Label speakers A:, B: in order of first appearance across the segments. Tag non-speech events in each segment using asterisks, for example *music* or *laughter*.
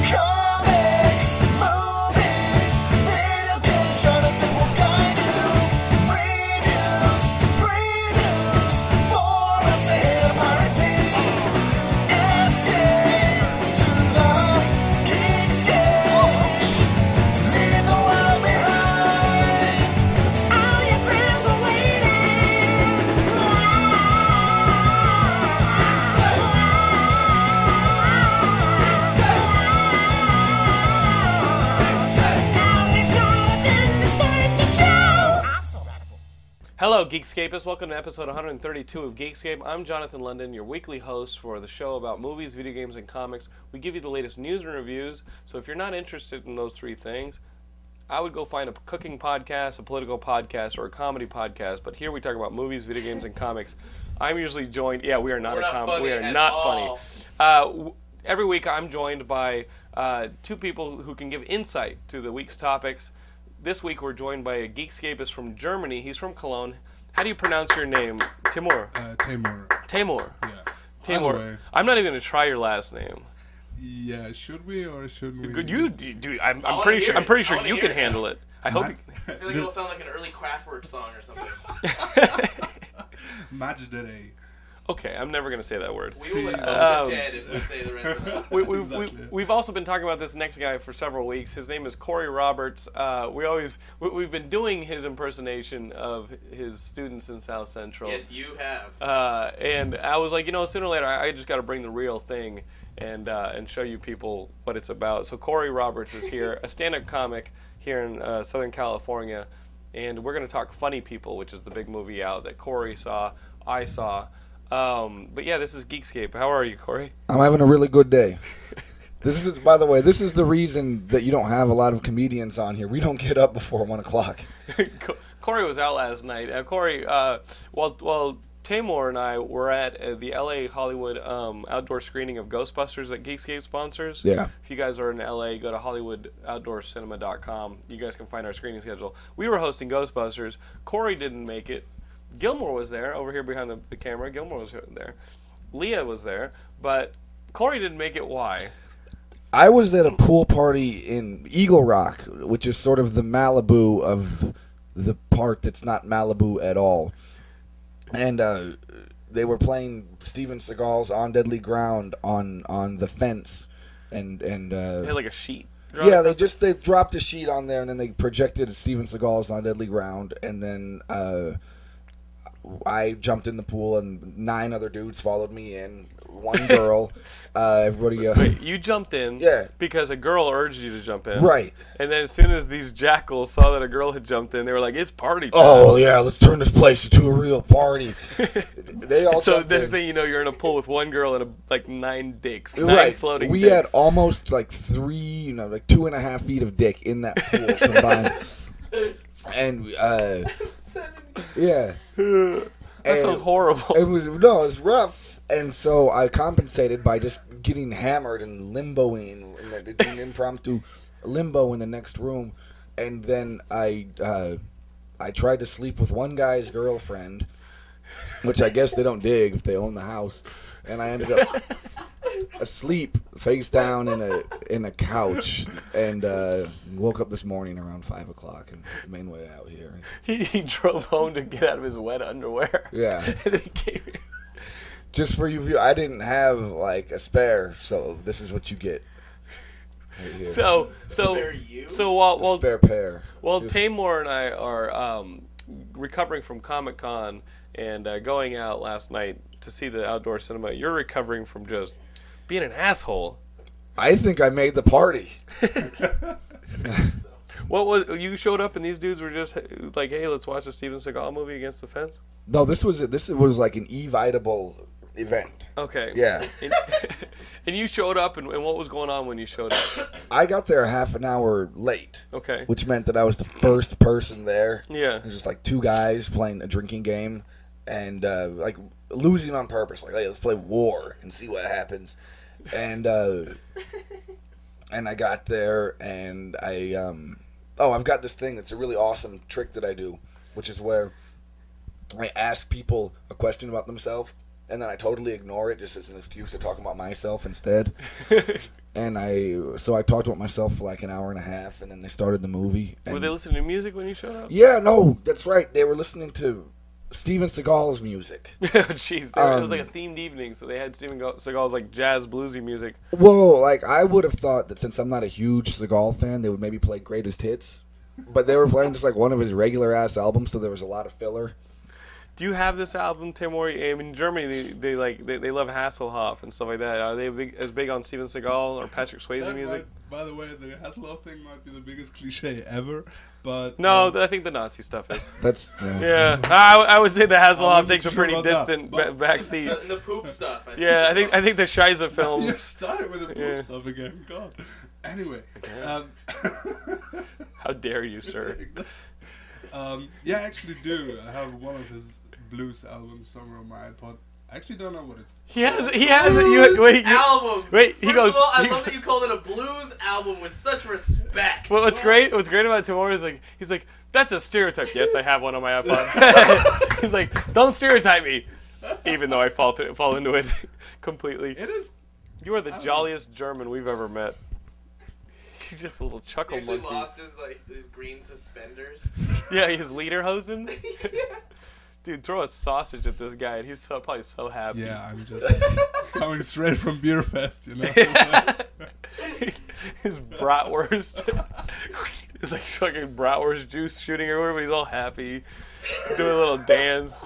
A: Comics, movies, video games, trying to think what kind of reviews, previews, forums, they hit up to the geek scale. Leave the world behind. All your friends are waiting.
B: Hello, Geekscapists. Welcome to episode 132 of Geekscape. I'm Jonathan London, your weekly host for the show about movies, video games, and comics. We give you the latest news and reviews. So if you're not interested in those three things, I would go find a cooking podcast, a political podcast, or a comedy podcast. But here we talk about movies, video games, and
C: *laughs*
B: comics. I'm usually joined. Yeah, we are not a
C: not
B: comedy.
C: funny
B: We are
C: at
B: not
C: all.
B: funny. Uh, w- every week, I'm joined by uh, two people who can give insight to the week's topics. This week, we're joined by a geekscapist from Germany. He's from Cologne. How do you pronounce your name? Timur.
C: Uh, Tamor.
B: Timur.
C: Yeah. By the
B: Timur.
C: way,
B: I'm not even gonna try your last name.
C: yeah, should we or shouldn't we?
B: Good, you, dude. I'm, I'm
D: wanna
B: pretty
D: hear
B: sure. I'm
D: it.
B: pretty
D: I
B: sure
D: wanna
B: you
D: hear
B: can
D: it.
B: handle it. I hope. You,
D: *laughs* I feel like it'll sound like an early Kraftwerk song or something.
B: *laughs*
C: Match that A.
B: okay, I'm never gonna say that word.
D: We will let both
B: Um,
D: dead if we say the rest of it.
B: *laughs* we, we,
C: Exactly.
B: we, we've also been talking about this next guy for several weeks. His name is Corey Roberts. Uh, we always we, we've been doing his impersonation of his students in South Central.
D: Yes, you have.
B: Uh, and I was like, you know, sooner or later, I, I just got to bring the real thing and uh, and show you people what it's about. So Corey Roberts is here, a stand-up comic here in uh, Southern California, and we're going to talk Funny People, which is the big movie out that Corey saw, I saw. Um, but yeah, this is Geekscape. How are you, Corey?
E: I'm having a really good day. This is, by the way, this is the reason that you don't have a lot of comedians on here. We don't get up before one o'clock.
B: Co- Corey was out last night. Uh, Corey, uh, while while Tamor and I were at uh, the LA Hollywood um, outdoor screening of Ghostbusters that Geekscape sponsors.
E: Yeah.
B: If you guys are in LA, go to hollywoodoutdoorcinema.com. You guys can find our screening schedule. We were hosting Ghostbusters. Corey didn't make it. Gilmore was there over here behind the, the camera. Gilmore was there. Leah was there, but Corey didn't make it. Why?
E: I was at a pool party in Eagle Rock, which is sort of the Malibu of the part that's not Malibu at all. And uh, they were playing Steven Seagal's "On Deadly Ground" on on the fence, and and uh,
B: They had like a sheet. drawn
E: Yeah, they
B: across it.
E: just they dropped a sheet on there, and then they projected Steven Seagal's on Deadly Ground, and then uh, I jumped in the pool, and nine other dudes followed me in.
B: *laughs*
E: One girl, uh, everybody. Uh,
B: Wait, you jumped in
E: Yeah.
B: because a girl urged you to jump in.
E: Right.
B: And then as soon as these jackals saw that a girl had jumped in, they were like, it's party time.
E: Oh yeah, let's turn
B: *laughs*
E: this place into a real party. they all
B: So
E: jumped
B: this
E: in.
B: thing, you know, you're in a pool with one girl and a, like nine dicks, nine
E: Right,
B: floating.
E: we
B: dicks.
E: had almost like three, you know, like two and a half feet of dick in that pool combined,
B: *laughs*
E: and uh, yeah,
B: That sounds horrible.
E: It was no, it was rough, and so I compensated by just getting hammered and limboing, and then doing impromptu limbo in the next room, and then I uh, I tried to sleep with one guy's girlfriend, which I guess they don't dig if they own the house, and I ended up asleep face down in a in a couch, and uh, woke up this morning around five o'clock and main way out here.
B: *laughs* he, he drove home to get out of his wet underwear. *laughs*
E: Yeah.
B: and then he came here.
E: Just for you, view- I didn't have like a spare, so this is what you get. Right here.
B: *laughs* So so
D: Spare you?
B: so while
E: A
B: while
E: spare pair.
B: Well, Tamor and I are um, recovering from Comic Con and uh, going out last night to see the outdoor cinema. You're recovering from just being an asshole.
E: I think I made the
B: *laughs*
E: party.
B: What was you showed up and these dudes were just like, "Hey, let's watch a Steven Seagal movie against the fence."
E: No, this was this was like an evitable event.
B: Okay.
E: Yeah,
B: *laughs* And, and you showed up, and, and what was going on when you
E: *coughs*
B: showed up?
E: I got there half an hour late,
B: Okay.
E: which meant that I was the first person there.
B: Yeah.
E: It was just like two guys playing a drinking game, and uh, like losing on purpose. Like, hey, let's play war and see what happens. And uh, and I got there, and I um, oh, I've got this thing that's a really awesome trick that I do, which is where I ask people a question about themselves, and then I totally ignore it just as an excuse to talk about myself instead. and I so I talked about myself for like an hour and a half, and then they started the movie. And
B: Were they listening to music when you showed up?
E: yeah, no, that's right. They were
B: *laughs*
E: listening to Steven Seagal's music.
B: Oh, Jeez, there- it
E: Um,
B: was like a themed evening, so they had Steven Seagal- Seagal's like jazz bluesy music.
E: Whoa, like I would have thought that since I'm not a huge Seagal fan, they would maybe play greatest hits. But they were playing just like one of his regular ass albums, so there was a lot of filler.
B: Do you have this album, Timori? I mean, in Germany, they, they like they, they love Hasselhoff and stuff like that. Are they big, as big on Steven Seagal or Patrick Swayze
C: That
B: music?
C: might- by the way, the Hasselhoff thing might be the biggest cliche ever, but
B: No,
C: um,
B: th- I think the Nazi stuff is.
E: That's yeah.
B: Yeah, Ah. I, I would say the Hasselhoff
C: wasn't
B: takes a
C: sure
B: pretty
C: about that,
B: distant ba-
C: but-
D: The,
B: backseat.
D: the poop stuff. I think
B: Yeah, I
C: *laughs*
D: is
B: think
D: what-
B: I think the Shiza
C: you
B: films.
C: started with the poop
B: Yeah.
C: stuff again. God. Anyway, um,
B: How dare you,
C: *laughs*
B: sir?
C: um, yeah, I actually do. I have one of his blues albums somewhere on my iPod. I actually don't know what it's.
B: He has he has you, wait you,
D: albums.
B: wait, he
D: First
B: goes-
D: Of all, I
B: he-
D: love that you called it a blues album with such respect.
B: Well, what's great? What's great about Tamora is like he's like that's a stereotype. Yes, I have one on my iPod. *laughs* he's like, don't stereotype me, even though I fall through, fall into it *laughs* completely.
C: It is.
B: You are the jolliest German we've ever met. He's just a little
D: He
B: chuckle
D: actually
B: monkey.
D: lost his like his green suspenders.
B: Yeah, he's lederhosen. Dude, throw a sausage at this guy, and he's so, probably so happy. *laughs*
C: Yeah, I'm just coming straight from Beer Fest, you know?
B: his bratwurst. *laughs* It's like fucking bratwurst juice shooting everywhere, but he's all happy, doing a little dance.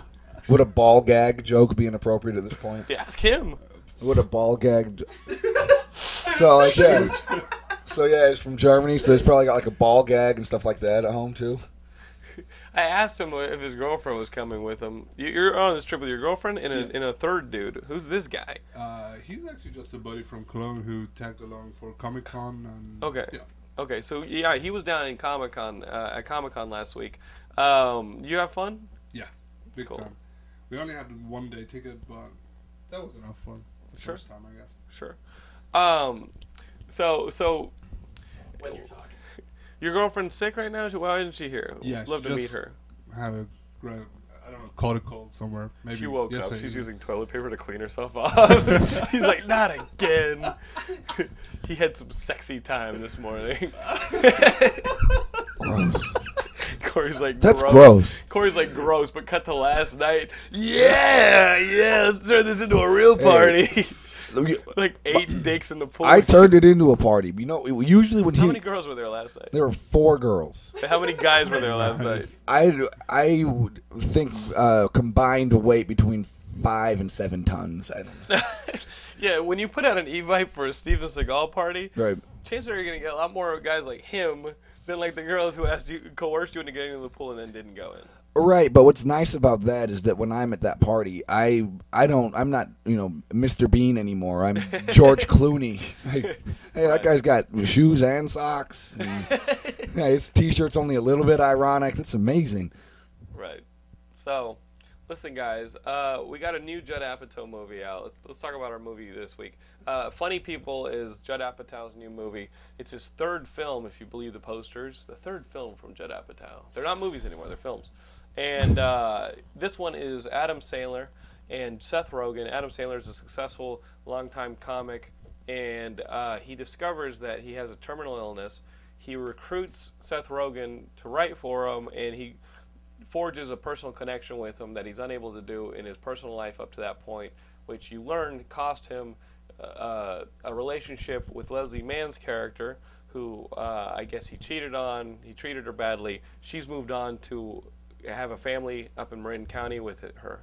E: Would a ball gag joke be inappropriate at this point?
B: Yeah, ask him.
E: Would a ball gag? so like yeah, Oh, so yeah, he's from Germany, so he's probably got like a ball gag and stuff like that at home too.
B: I asked him if his girlfriend was coming with him. You- You're on this trip with your girlfriend and a, and a third dude. Who's this guy?
C: Uh, he's actually just a buddy from Cologne who tagged along for Comic Con. and
B: Okay.
C: Yeah.
B: Okay, so yeah, he was down in Comic Con uh, at Comic Con last week. Um, you have fun?
C: Yeah, big
B: cool.
C: time. We only had one day ticket, but that was enough fun. The
B: Sure.
C: first time, I guess.
B: Sure. Um, so so
D: when you're talking.
B: your girlfriend's sick right now. She- Why isn't she here?
C: Yeah,
B: love
C: she
B: to meet
C: just-
B: her.
C: Had a great, I don't know, caught a cold somewhere. Maybe
B: She woke up.
C: yesterday
B: She's
C: evening.
B: using toilet paper to clean herself *laughs* off. He's like, not again. *laughs* he had some sexy time this morning. *laughs* Corey's like,
E: That's gross.
B: Corey's like, gross, but cut to last night. Yeah, yeah, let's turn this into a real party. *laughs* like eight dicks in the pool.
E: I turned it into a party. You know, it- usually when
B: How many
E: he
B: girls were there last night?
E: there were four girls.
B: How many guys were
E: *laughs*
B: there last night?
E: I I would think uh, combined weight between five and seven tons. I don't know.
B: Yeah, when you put out an e-vite for a Steven Seagal party,
E: Right.
B: chances are you're gonna get a lot more guys like him than like the girls who asked you, coerced you into getting into the pool and then didn't go in.
E: Right, but what's nice about that is that when I'm at that party, I I don't I'm not you know Mr. Bean anymore. I'm George Clooney. *laughs* Like, hey, that guy's got shoes and socks. *laughs* And, yeah, his t-shirt's only a little bit ironic. That's amazing.
B: Right. So, listen, guys, uh, we got a new Judd Apatow movie out. Let's, let's talk about our movie this week. Uh, Funny People is Judd Apatow's new movie. It's his third film, if you believe the posters. The third film from Judd Apatow. They're not movies anymore; they're films. And uh, this one is Adam Sandler and Seth Rogen. Adam Sandler is a successful, longtime comic, and uh, he discovers that he has a terminal illness. He recruits Seth Rogen to write for him, and he forges a personal connection with him that he's unable to do in his personal life up to that point, which you learn cost him uh, a relationship with Leslie Mann's character, who uh, I guess he cheated on. He treated her badly. She's moved on to have a family up in Marin County with her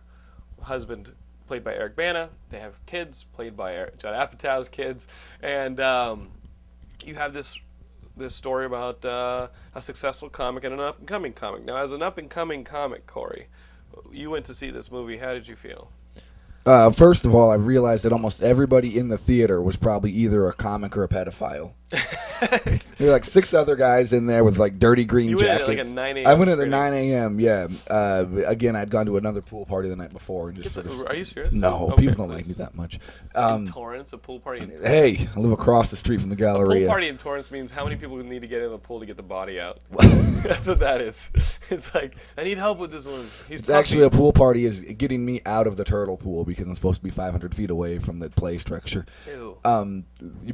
B: husband, played by Eric Bana. They have kids, played by Eric, John Apatow's kids, and um, you have this this story about uh, a successful comic and an up and coming comic. Now, as an up and coming comic, Corey, you went to see this movie. How did you feel?
E: Uh, first of all, I realized that almost everybody in the theater was probably either a comic or a
B: *laughs*
E: pedophile. there were like six other guys in there with like dirty green
B: You went in at,
E: jackets.
B: like, a 9 a.m.
E: I went at the
B: screening.
E: 9 a.m. Yeah. Uh, again, I'd gone to another pool party the night before and just sort of.
B: Are you serious?
E: No,
B: Okay,
E: people don't like
B: please.
E: me that much. Um,
B: Torrance, a pool party. In,
E: hey, I live across the street from the
B: pool
E: Galleria.
B: party in Torrance means how many people need to get in the pool to get the
E: *laughs*
B: body out. That's what that is. *laughs* It's like I need help with this one. He's
E: It's actually a pool party is getting me out of the turtle pool because I'm supposed to be 500 feet away from the play structure.
B: Ew.
E: Um,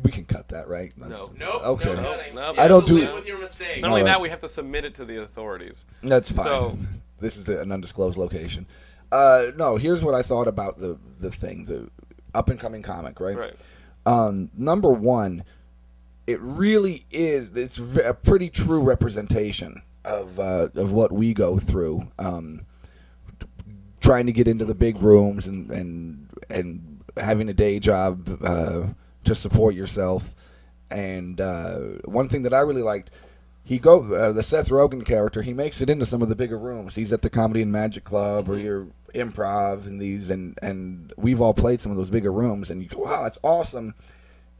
E: we can cut that, right? That's-
D: Nope.
E: Okay.
D: No, no,
B: Nope.
D: I,
E: I don't do-
D: live with your mistake.
B: Not only
E: Alright.
B: that, we have to submit it to the authorities.
E: That's fine.
B: So-
E: *laughs* this is an undisclosed location. Uh, no, here's what I thought about the the thing, the up and coming comic, right?
B: Right.
E: Um, number one, it really is. It's v- a pretty true representation of uh, of what we go through, um, t- trying to get into the big rooms and and and having a day job uh, to support yourself. And uh, one thing that I really liked, he go uh, the Seth Rogen character. He makes it into some of the bigger rooms. He's at the Comedy and Magic Club or your improv and these and and we've all played some of those bigger rooms. And you go, wow, that's awesome.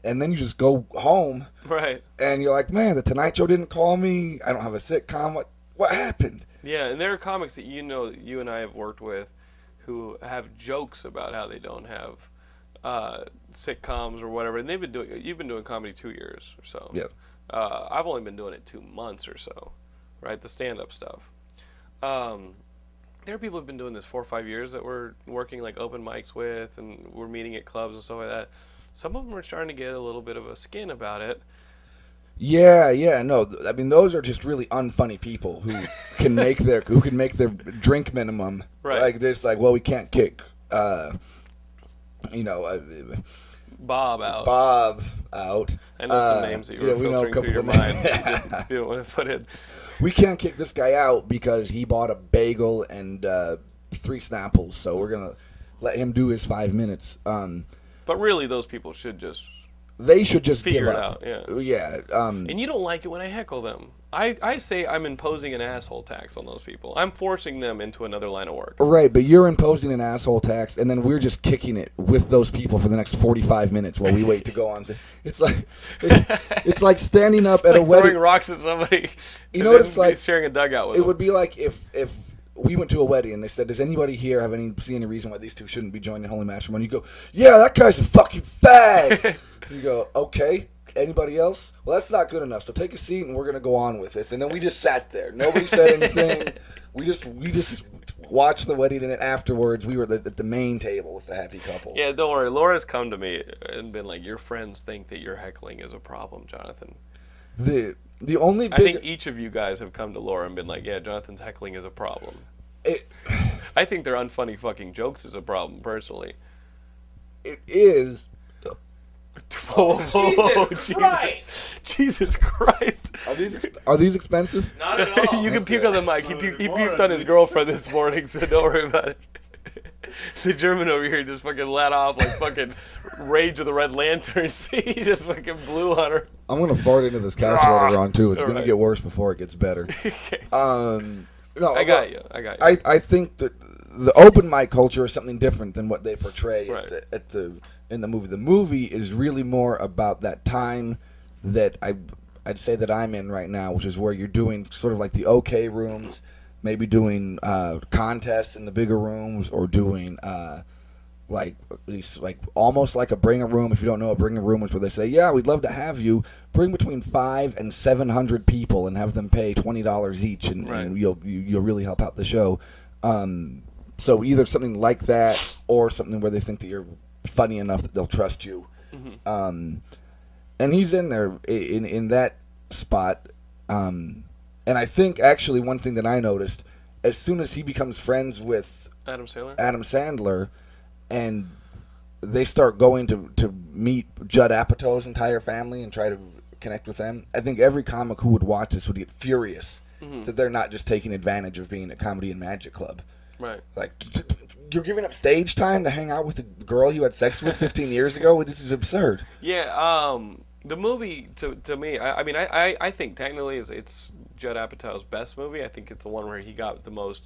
E: And then you just go home
B: *laughs* Right.
E: and you're like, man, the Tonight Show didn't call me. I don't have a sitcom. What what happened?
B: Yeah, and there are comics that you know that you and I have worked with who have jokes about how they don't have uh, sitcoms or whatever, and they've been doing. You've been doing comedy two years or so.
E: Yeah.
B: Uh, I've only been doing it two months or so, right? The stand-up stuff. Um, there are people who've been doing this four or five years that we're working like open mics with, and we're meeting at clubs and stuff like that. Some of them are starting to get a little bit of a skin about it.
E: Yeah, yeah, no. th- I mean, those are just really unfunny people who can make their who can make their drink minimum.
B: Right.
E: Like this, like, well, we can't kick, uh, you know, uh,
B: Bob out.
E: Bob out.
B: I know some
E: Uh,
B: names that you
E: yeah,
B: were
E: we know a
B: filtering through your
E: couple of
B: mind. you didn't- you didn't want to put in.
E: We can't kick this guy out because he bought a bagel and uh, three Snapples. So we're gonna let him do his five minutes. Um,
B: But really, those people should just.
E: they should just
B: Figure
E: give
B: it
E: up.
B: out, yeah.
E: Yeah. Um,
B: And you don't like it when I heckle them. I, I say I'm imposing an asshole tax on those people. I'm forcing them into another line of work.
E: Right, but you're imposing an asshole tax, and then we're just kicking it with those people for the next 45 minutes while we wait to go
B: *laughs*
E: on. stage. It's like it's, it's like standing up at a
B: Like
E: wedding.
B: throwing rocks at somebody.
E: *laughs* You
B: and
E: know what
B: then
E: it's like?
B: Sharing a dugout with
E: It would be like if if we went to a wedding and they said, "Does anybody here have any see any reason why these two shouldn't be joining holy matrimony?" You go, "Yeah, that guy's a fucking
B: *laughs*
E: fag." you go, "Okay." Anybody else? Well, that's not good enough. So take a seat, and we're gonna go on with this. And then we just sat there. Nobody said
B: *laughs*
E: anything. we just we just watched the wedding, and then afterwards we were at the, at the main table with the happy couple.
B: Yeah, don't worry. Laura's come to me and been like, "Your friends think that your heckling is a problem, Jonathan."
E: The the only
B: I
E: big
B: think each of you guys have come to Laura and been like, "Yeah, Jonathan's heckling is a problem."
E: it,
B: I think their unfunny fucking jokes is a
D: *laughs*
B: problem, personally.
E: it is
B: Whoa, whoa, whoa,
D: Oh, Jesus
B: Jesus.
D: Christ!
B: Jesus Christ!
E: are these ex- are these expensive?
D: Not at
B: *laughs*
D: all.
B: you can puke on the mic. He, puke, he
C: Not
B: puked
C: anymore,
B: on
C: at
B: his
C: least.
B: girlfriend this morning, so don't worry about it. *laughs* the German over here just fucking let off like fucking Rage of the Red Lanterns. *laughs* he just fucking blew on her.
E: I'm gonna fart into this couch later on too. It's
B: All
E: gonna
B: right.
E: get worse before it gets
B: *laughs*
E: better. um, no,
B: I got you. I got you.
E: I I think that the open mic culture is something different than what they portray
B: Right.
E: at, the, at the in the movie. The movie is really more about that time that I I'd say that I'm in right now, which is where you're doing sort of like the OK rooms, maybe doing uh, contests in the bigger rooms or doing. Uh, like these like almost like a bring a room. If you don't know, a bring a room is where they say, "Yeah, we'd love to have you." Bring between five and seven hundred people and have them pay twenty dollars each, and,
B: Right.
E: and you'll you, you'll really help out the show. Um, so either something like that or something where they think that you're funny enough that they'll trust you. Um, and he's in there i- in in that spot. Um, and I think actually one thing that I noticed as soon as he becomes friends with
B: Adam Sandler.
E: Adam Sandler, and they start going to to meet Judd Apatow's entire family and try to connect with them. I think every comic who would watch this would get furious
B: Mm-hmm.
E: that they're not just taking advantage of being at Comedy and Magic Club.
B: Right.
E: Like t- t- you're giving up stage time to hang out with the girl you had sex with 15 years ago. This is absurd.
B: Yeah, um, the movie to, to me, I, I mean, I, I, I think technically it's, it's Judd Apatow's best movie. I think it's the one where he got the most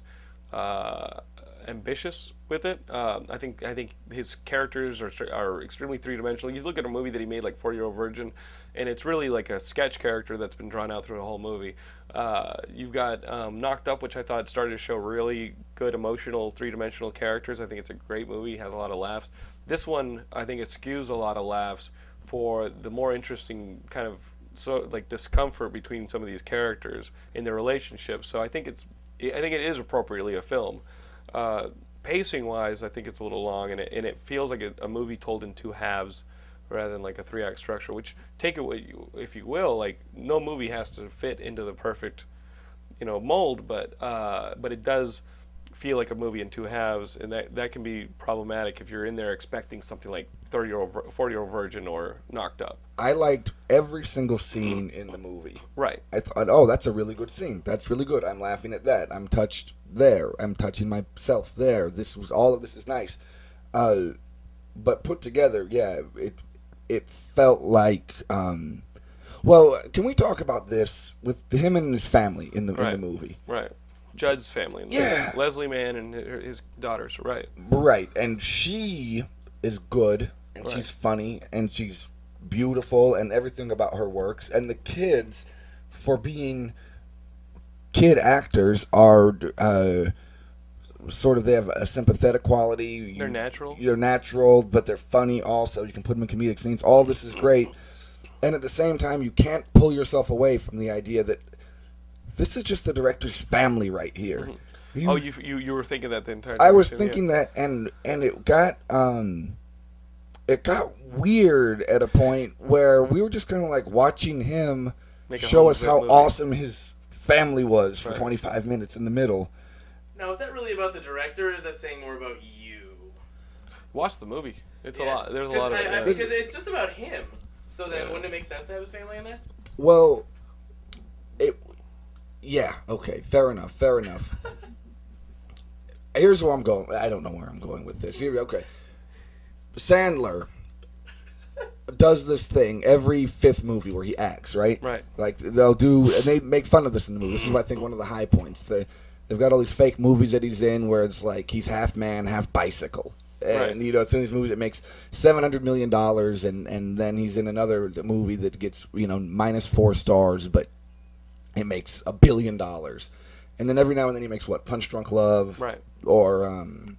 B: uh, ambitious with it. Uh, I think I think his characters are str- are extremely three dimensional. You look at a movie that he made like Four Year Old Virgin, and it's really like a sketch character that's been drawn out through the whole movie. Uh, you've got um, Knocked Up, which I thought started to show really good emotional three dimensional characters. I think it's a great movie. Has a lot of laughs. This one I think eschews a lot of laughs for the more interesting kind of so like discomfort between some of these characters in their relationships. So I think it's I think it is appropriately a film. Uh, pacing wise, I think it's a little long and it, and it feels like a, a movie told in two halves rather than like a three act structure. Which take it what you, if you will, like no movie has to fit into the perfect you know mold, but uh, but it does feel like a movie in two halves, and that that can be problematic if you're in there expecting something like thirty year old, forty year old virgin or knocked up.
E: I liked every single scene in the movie.
B: Right.
E: I thought, oh, that's a really good scene. That's really good. I'm laughing at that. I'm touched there. I'm touching myself there. This was all of this is nice, uh, but put together, yeah, it it felt like. Um, well, can we talk about this with him and his family in the in the
B: Right.
E: movie?
B: Right. Judd's family.
E: Yeah.
B: Leslie Mann and her- his daughters. Right.
E: Right, and she is good, and she's funny, and she's beautiful, and everything about her works. And the kids, for being kid actors, are uh, sort of they have a sympathetic quality.
B: They're natural.
E: They're natural, but they're funny also. You can put them in comedic scenes. All this is great, and at the same time, you can't pull yourself away from the idea that this is just the director's family right here. You
B: Oh, you, you you were thinking that the entire time.
E: I
B: you
E: was
B: said,
E: thinking
B: yeah.
E: that, and and it got um, it got weird at a point where we were just kind of like watching him
B: Make a
E: show
B: home
E: us
B: of it
E: how
B: movie.
E: awesome his family was for
B: Right.
E: 25 minutes in the middle.
D: Now, is that really about the director, or is that saying more about you?
B: Watch the movie. It's
D: Yeah.
B: a lot. Uh, There's a
D: 'Cause
B: lot of.
D: I,
B: it,
D: I-
B: yeah.
D: because it's just about him. So then,
B: Yeah.
D: wouldn't it make sense to have his family in there?
E: Well, it, yeah, okay, fair enough, fair enough. Here's where I'm going. I don't know where I'm going with this. Here, okay, Sandler does this thing every fifth movie where he acts, right?
B: Right.
E: Like they'll do, and they make fun of this in the movie. This is, I think, one of the high points. They, they've got all these fake movies that he's in where it's like he's half man, half bicycle. And
B: Right.
E: you know, it's in these movies that makes seven hundred million dollars, and and then he's in another movie that gets you know minus four stars, but it makes a billion dollars. And then every now and then he makes what Punch Drunk Love,
B: Right.
E: Or um,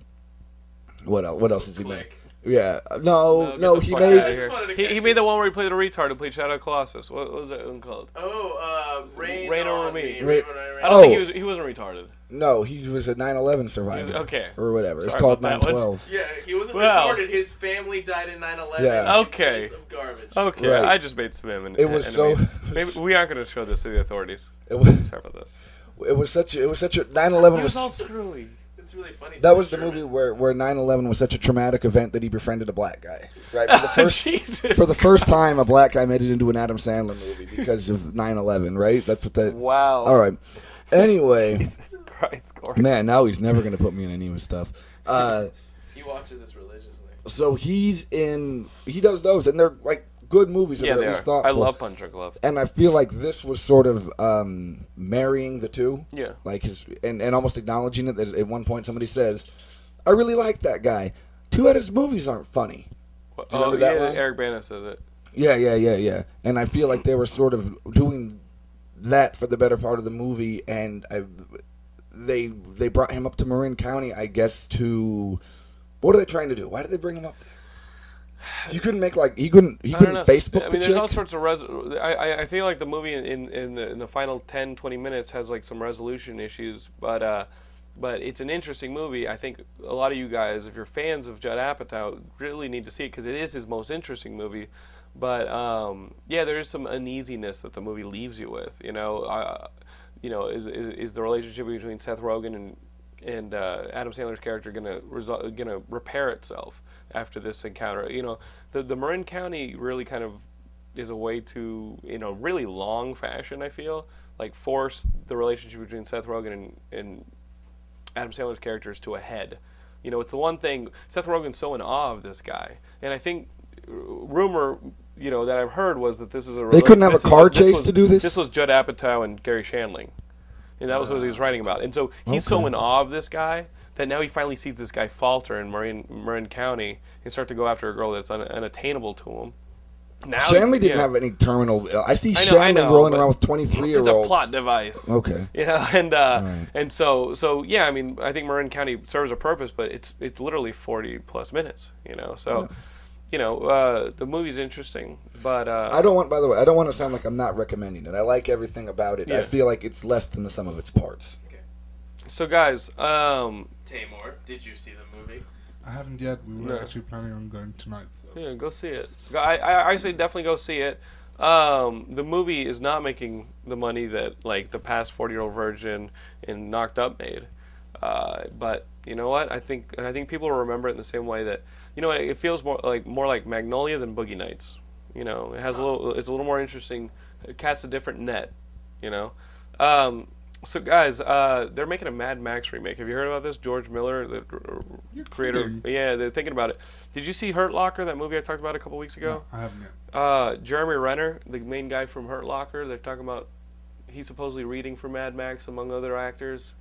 E: what else? What else does he make?
D: Click.
E: Yeah, uh, no,
B: get
E: no,
B: the
E: he
B: fuck
E: made
B: outta
D: I just wanted to
B: He, he
D: catch
B: made
D: you.
B: the one where he played the retard who played Shadow of the Colossus. What, what was that one called?
D: Oh, uh, rain,
B: Rain
D: on,
B: on me.
D: me.
E: Ra-
D: Rain on-
B: I
D: rain
B: don't
D: on-
E: Oh.
B: think he was. He wasn't retarded.
E: no, he was a 9/11 survivor,
B: Okay.
E: or whatever. it's
B: Sorry
E: called
B: about that one.
E: 9/12.
D: Yeah, he wasn't
B: Well.
D: retarded. His family died in 9/11.
E: Yeah.
B: Okay.
D: Piece of garbage.
B: Okay,
E: Right.
B: I just made some enemies.
E: It was so- *laughs*
B: Maybe we aren't going to show this to the authorities.
E: It was
B: Sorry about this.
E: it was such a, it was such a 9/11
B: It was
E: was,
B: all screwy.
D: It's really funny.
E: that
D: too,
E: was the
D: Sherman.
E: movie where where 9/11 was such a traumatic event that he befriended a black
B: *laughs*
E: guy, right?
F: *laughs*
E: For the first
B: Jesus.
E: for the first time, a black guy made it into an Adam Sandler movie because of 9/11, right? That's what that.
B: Wow.
E: All right. Anyway,
B: *laughs* Jesus Christ, Corey.
E: man, now he's never gonna put me in any of his stuff. Uh,
D: He watches this religiously.
E: so he's in. He does those, and they're like good movies. or
B: Yeah,
E: they're
B: they
E: at
B: are.
E: least thoughtful.
B: I love Punch Drunk Love.
E: And I feel like this was sort of um, marrying the two.
B: Yeah.
E: Like his and, and almost acknowledging it that at one point somebody says, "I really like that guy. Two out of his movies aren't funny."
B: Oh,
E: remember that
B: yeah,
E: line?
B: Eric Bana says it.
E: Yeah, yeah, yeah, yeah. And I feel like they were sort of doing that for the better part of the movie, and I, they they brought him up to Marin County, I guess, to what are they trying to do? Why did they bring him up? You couldn't make like he couldn't he
B: I don't
E: couldn't
B: know.
E: Facebook
B: I
E: the
B: mean, there's
E: chick.
B: all sorts of res- I, I I feel like the movie in in, in, the, in the final 10, 20 minutes has like some resolution issues, but uh, but it's an interesting movie. I think a lot of you guys, if you're fans of Judd Apatow, really need to see it because it is his most interesting movie. But um, yeah, there is some uneasiness that the movie leaves you with. You know, uh, you know, is, is, is the relationship between Seth Rogen and and uh, Adam Sandler's character gonna resol- gonna repair itself after this encounter? You know, the the Marin County really kind of is a way to in a really long fashion. I feel like force the relationship between Seth Rogen and, and Adam Sandler's characters to a head. You know, it's the one thing Seth Rogen's so in awe of this guy, and I think r- rumor, you know, that I've heard was that this is a
E: They couldn't have a
B: this is
E: car
B: this
E: chase
B: was-
E: to do this?
B: This was Judd Apatow and Gary Shandling, and that was what he was writing about. And so he's so in awe of this guy that now he finally sees this guy falter in Marin Marin County and start to go after a girl that's un, unattainable to him. Now,
E: Shanley didn't
B: yeah.
E: have any terminal. uh, I see
B: I know, I
E: Shanley
B: know,
E: rolling
B: but
E: around with 23 year
B: It's a
E: olds.
B: plot device.
E: Okay.
B: *laughs* You know, and uh, and so so yeah, I mean, I think Marin County serves a purpose, but it's it's literally forty plus minutes. You know, so you know uh, the movie's interesting, but uh,
E: I don't want, by the way, I don't want to sound like I'm not recommending it. I like everything about it.
B: Yeah.
E: I feel like it's less than the sum of its parts.
B: so guys, um,
D: Tamor, did you see the movie?
C: I haven't yet. We were
B: No.
C: actually planning on going tonight. So.
B: yeah, go see it. I, I I say definitely go see it. Um, the movie is not making the money that like the past forty year old virgin and Knocked Up made, uh, but you know what? I think I think people will remember it in the same way that you know what, it feels more like more like Magnolia than Boogie Nights. You know, it has a little. It's a little more interesting. It casts a different net. You know. Um, so guys, uh, they're making a Mad Max remake. Have you heard about this? George Miller, the uh, creator.
C: kidding.
B: Yeah, they're thinking about it. Did you see Hurt Locker? That movie I talked about a couple weeks ago.
C: I haven't yet.
B: Uh, Jeremy Renner, the main guy from Hurt Locker. They're talking about he's supposedly reading for Mad Max among other actors.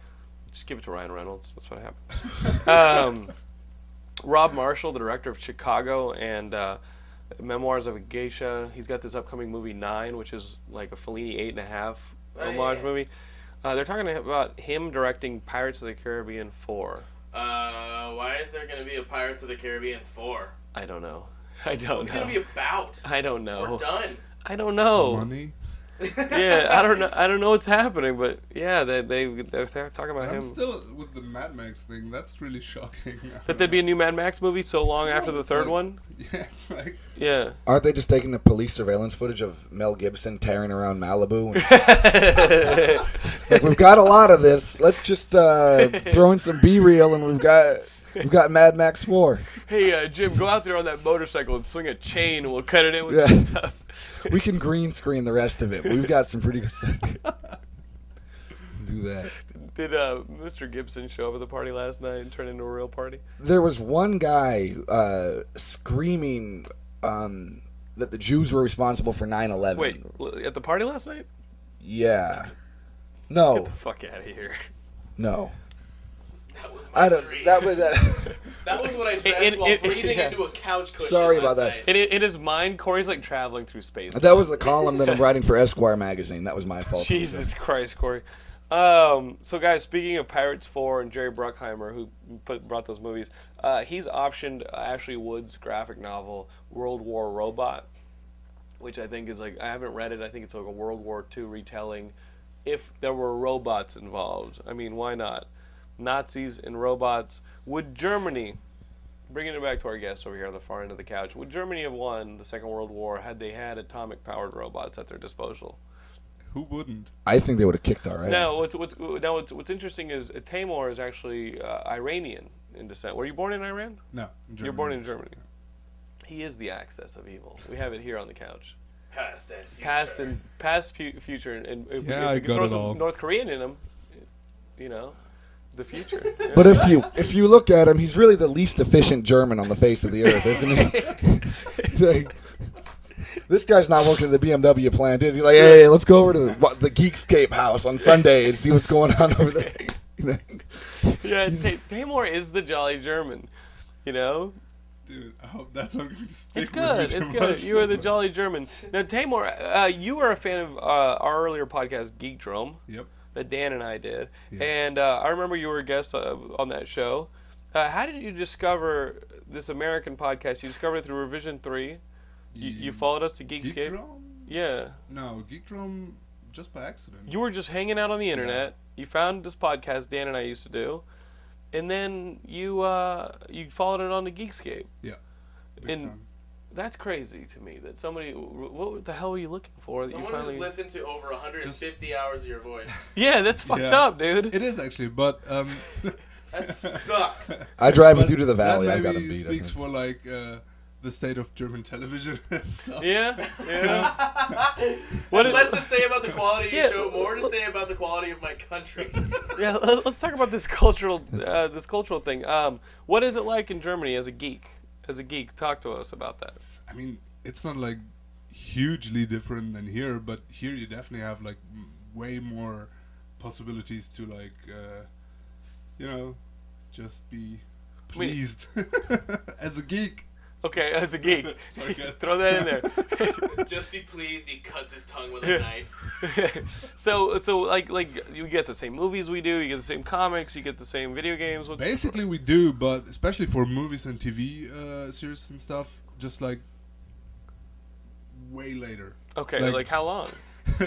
B: Just give it to Ryan Reynolds. That's what happened. um,
C: *laughs*
B: Rob Marshall, the director of Chicago and uh, Memoirs of a Geisha, he's got this upcoming movie Nine, which is like a Fellini eight and a half
D: Oh, yeah,
B: homage
D: yeah.
B: movie. Uh, they're talking about him directing Pirates of the Caribbean four.
D: Uh, why is there gonna be a Pirates of the Caribbean four?
B: I don't know. *laughs* I don't
D: What's it
B: know.
D: gonna be about?
B: I don't know.
D: *laughs* We're done.
B: I don't know.
C: Money.
B: *laughs* yeah, I don't know. I don't know what's happening, but yeah, they they they're, they're talking about
C: I'm
B: him.
C: still with the Mad Max thing. That's really shocking. *laughs*
B: that there'd be a new Mad Max movie so long after the
C: it's
B: third
C: like-
B: one.
C: *laughs* Yeah, it's like
B: Yeah, *laughs*
E: Aren't they just taking the police surveillance footage of Mel Gibson tearing around Malibu? Like, we've got a lot of this. Let's just uh, throw in some B reel, and we've got we've got Mad Max Four.
B: hey uh, Jim, go out there on that motorcycle and swing a chain, and we'll cut it in with
E: Yeah.
B: this stuff. *laughs*
E: We can green screen the rest of it. We've got some pretty good stuff. *laughs* Do that.
B: Did uh, Mr. Gibson show up at the party last night and turn into a real party?
E: There was one guy uh, screaming um, that the Jews were responsible for 9/11.
B: Wait, l- at the party last night?
E: Yeah. No.
B: Fuck out of here!
E: No.
D: That was my
E: I don't.
D: dream.
E: That uh, was that.
D: *laughs* That was what I dreamt
B: in-
D: while
B: in-
D: breathing
B: yeah.
D: into a couch cushion.
E: Sorry
D: last
E: about that.
D: night.
B: In, in his mind, Corey's like traveling through space.
E: That was the column
B: *laughs*
E: that I'm writing for Esquire magazine. That was my fault.
B: Jesus Christ, Corey. Um, so, guys, speaking of Pirates 4 and Jerry Bruckheimer, who put, brought those movies, uh, he's optioned Ashley Wood's graphic novel, World War Robot, which I think is like, I haven't read it. I think it's like a World War II retelling. If there were robots involved, I mean, why not? Nazis and robots. Would Germany, bringing it back to our guests over here on the far end of the couch, would Germany have won the Second World War had they had atomic powered robots at their disposal?
C: who wouldn't?
E: I think they would have kicked our ass.
B: No, what's, what's, now what's, what's interesting is uh, Tamor is actually uh, Iranian in descent. Were you born in Iran?
C: No,
B: You're born in Germany. He is the access of evil. We have it here on the couch.
D: Past and future.
B: Past and past, fu- future, and- and if, we-
C: Yeah,
B: if
C: I
B: we could
C: got
B: throw
C: it
B: some
C: all.
B: North Korean in him, you know, the future.
C: *laughs*
B: Yeah.
E: But if you if you look at him, he's really the least efficient German on the face of the earth, isn't he? He's *laughs* like, this guy's not working at the BMW plant, is he? Like, hey, let's go over to the, what, the Geekscape house on Sunday and see what's going on over there.
C: *laughs*
B: yeah, Ta- Tamor is the jolly German. You know,
C: Dude, I hope that's not going to stick
B: it's good.
C: With me
B: It's
C: too
B: good.
C: much.
B: You are the jolly German. Now, Tamor, uh, you were a fan of uh, our earlier podcast, Geek Drome.
C: Yep.
B: that Dan and I did, and uh, I remember you were a guest uh, on that show. Uh, how did you discover this American podcast? You discovered it through Revision Three. You, you followed us to Geekscape.
C: Geekdrum?
B: Yeah,
C: *laughs* No, Geekdrum just by accident.
B: you were just hanging out on the internet. You found this podcast Dan and I used to do, and then you uh, you followed it on to Geekscape.
C: yeah. Big
B: and
C: time.
B: That's crazy to me that somebody. What the hell were you looking for? That
D: Someone
B: you finally.
D: who's listened to over 150 hours of your voice.
B: yeah, that's fucked
C: Yeah.
B: up, dude.
C: It is actually, but um,
D: *laughs* That sucks.
E: I drive
C: but
E: with you to the valley.
C: That
E: I've got
C: maybe
E: a beat. I
C: speaks
E: think.
C: for like uh, the state of German television *laughs* and stuff.
B: *laughs* yeah,
D: *laughs*
B: yeah.
D: What
B: What
D: less
B: is-
D: to say
B: *laughs*
D: about the quality of your
B: Yeah,
D: show, more to say about the quality of my
B: *laughs*
D: country.
B: *laughs* yeah. let- Let's talk about this
C: *laughs*
B: cultural, uh, this cultural thing. Um, what is it like in Germany as a geek? As a geek, talk to us about that.
C: I mean, it's not like hugely different than here, but here you definitely have like m- way more possibilities to like, uh, you know, just be
B: Wait.
C: pleased *laughs* as a geek.
B: Okay, as a geek,
C: *laughs* Sorry, good.
B: throw that in there.
D: Just be pleased, he cuts his tongue with a knife.
B: *laughs* so, so like, like you get the same movies we do. You get the same comics. You get the same video games. What's
C: Basically, we do, but especially for movies and TV uh, series and stuff, just like *laughs* way later.
B: okay,
C: like-
B: like how long?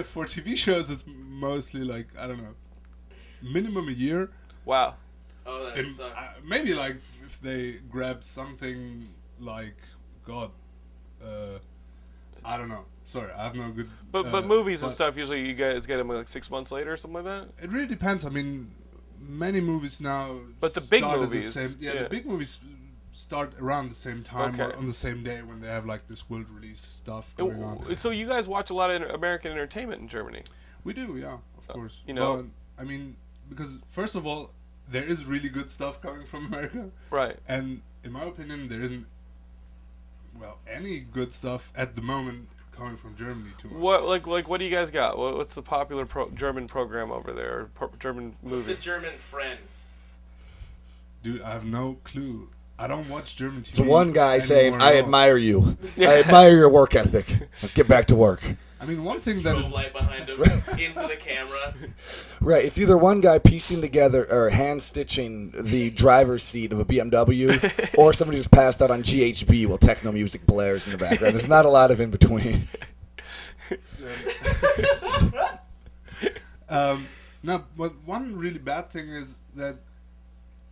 C: for TV shows, it's mostly like I don't know, minimum a year.
B: Wow.
D: Oh, that
C: And,
D: sucks.
C: uh, maybe like f- if they grab something like God, uh, I don't know. Sorry, I have no good.
B: But but
C: uh,
B: movies and
C: but
B: stuff usually you guys get them like six months later or something like that.
C: It really depends. I mean, many movies now.
B: But the big
C: start at the
B: movies,
C: same- yeah,
B: yeah.
C: the big movies start around the same time
B: Okay.
C: or on the same day when they have like this world release stuff
B: And
C: going
B: w-
C: on.
B: So you guys watch a lot of inter- American entertainment in Germany. Uh,
C: We do, yeah, of course.
B: you know-
C: Well, I mean, because first of all, there is really good stuff coming from America.
B: Right.
C: And in my opinion, there isn't, well, any good stuff at the moment coming from Germany too much.
B: What like like what do you guys got? What, what's the popular pro- German program over there? Or pro- German
D: the
B: movie?
D: German friends.
C: Dude, I have no clue. I don't watch German TV.
E: It's one guy saying,
C: anymore
E: "I
C: at all.
E: admire you. I admire your work ethic. Get back to work."
C: I mean, one thing that is.
D: Strobe light behind
C: *laughs*
D: him, into the camera.
E: Right. It's either one guy piecing together or hand stitching the driver's seat of a *laughs* BMW, or somebody just passed out on GHB while techno music blares in the background. There's not a lot of in *laughs* between.
C: *laughs* Um, no, but one really bad thing is that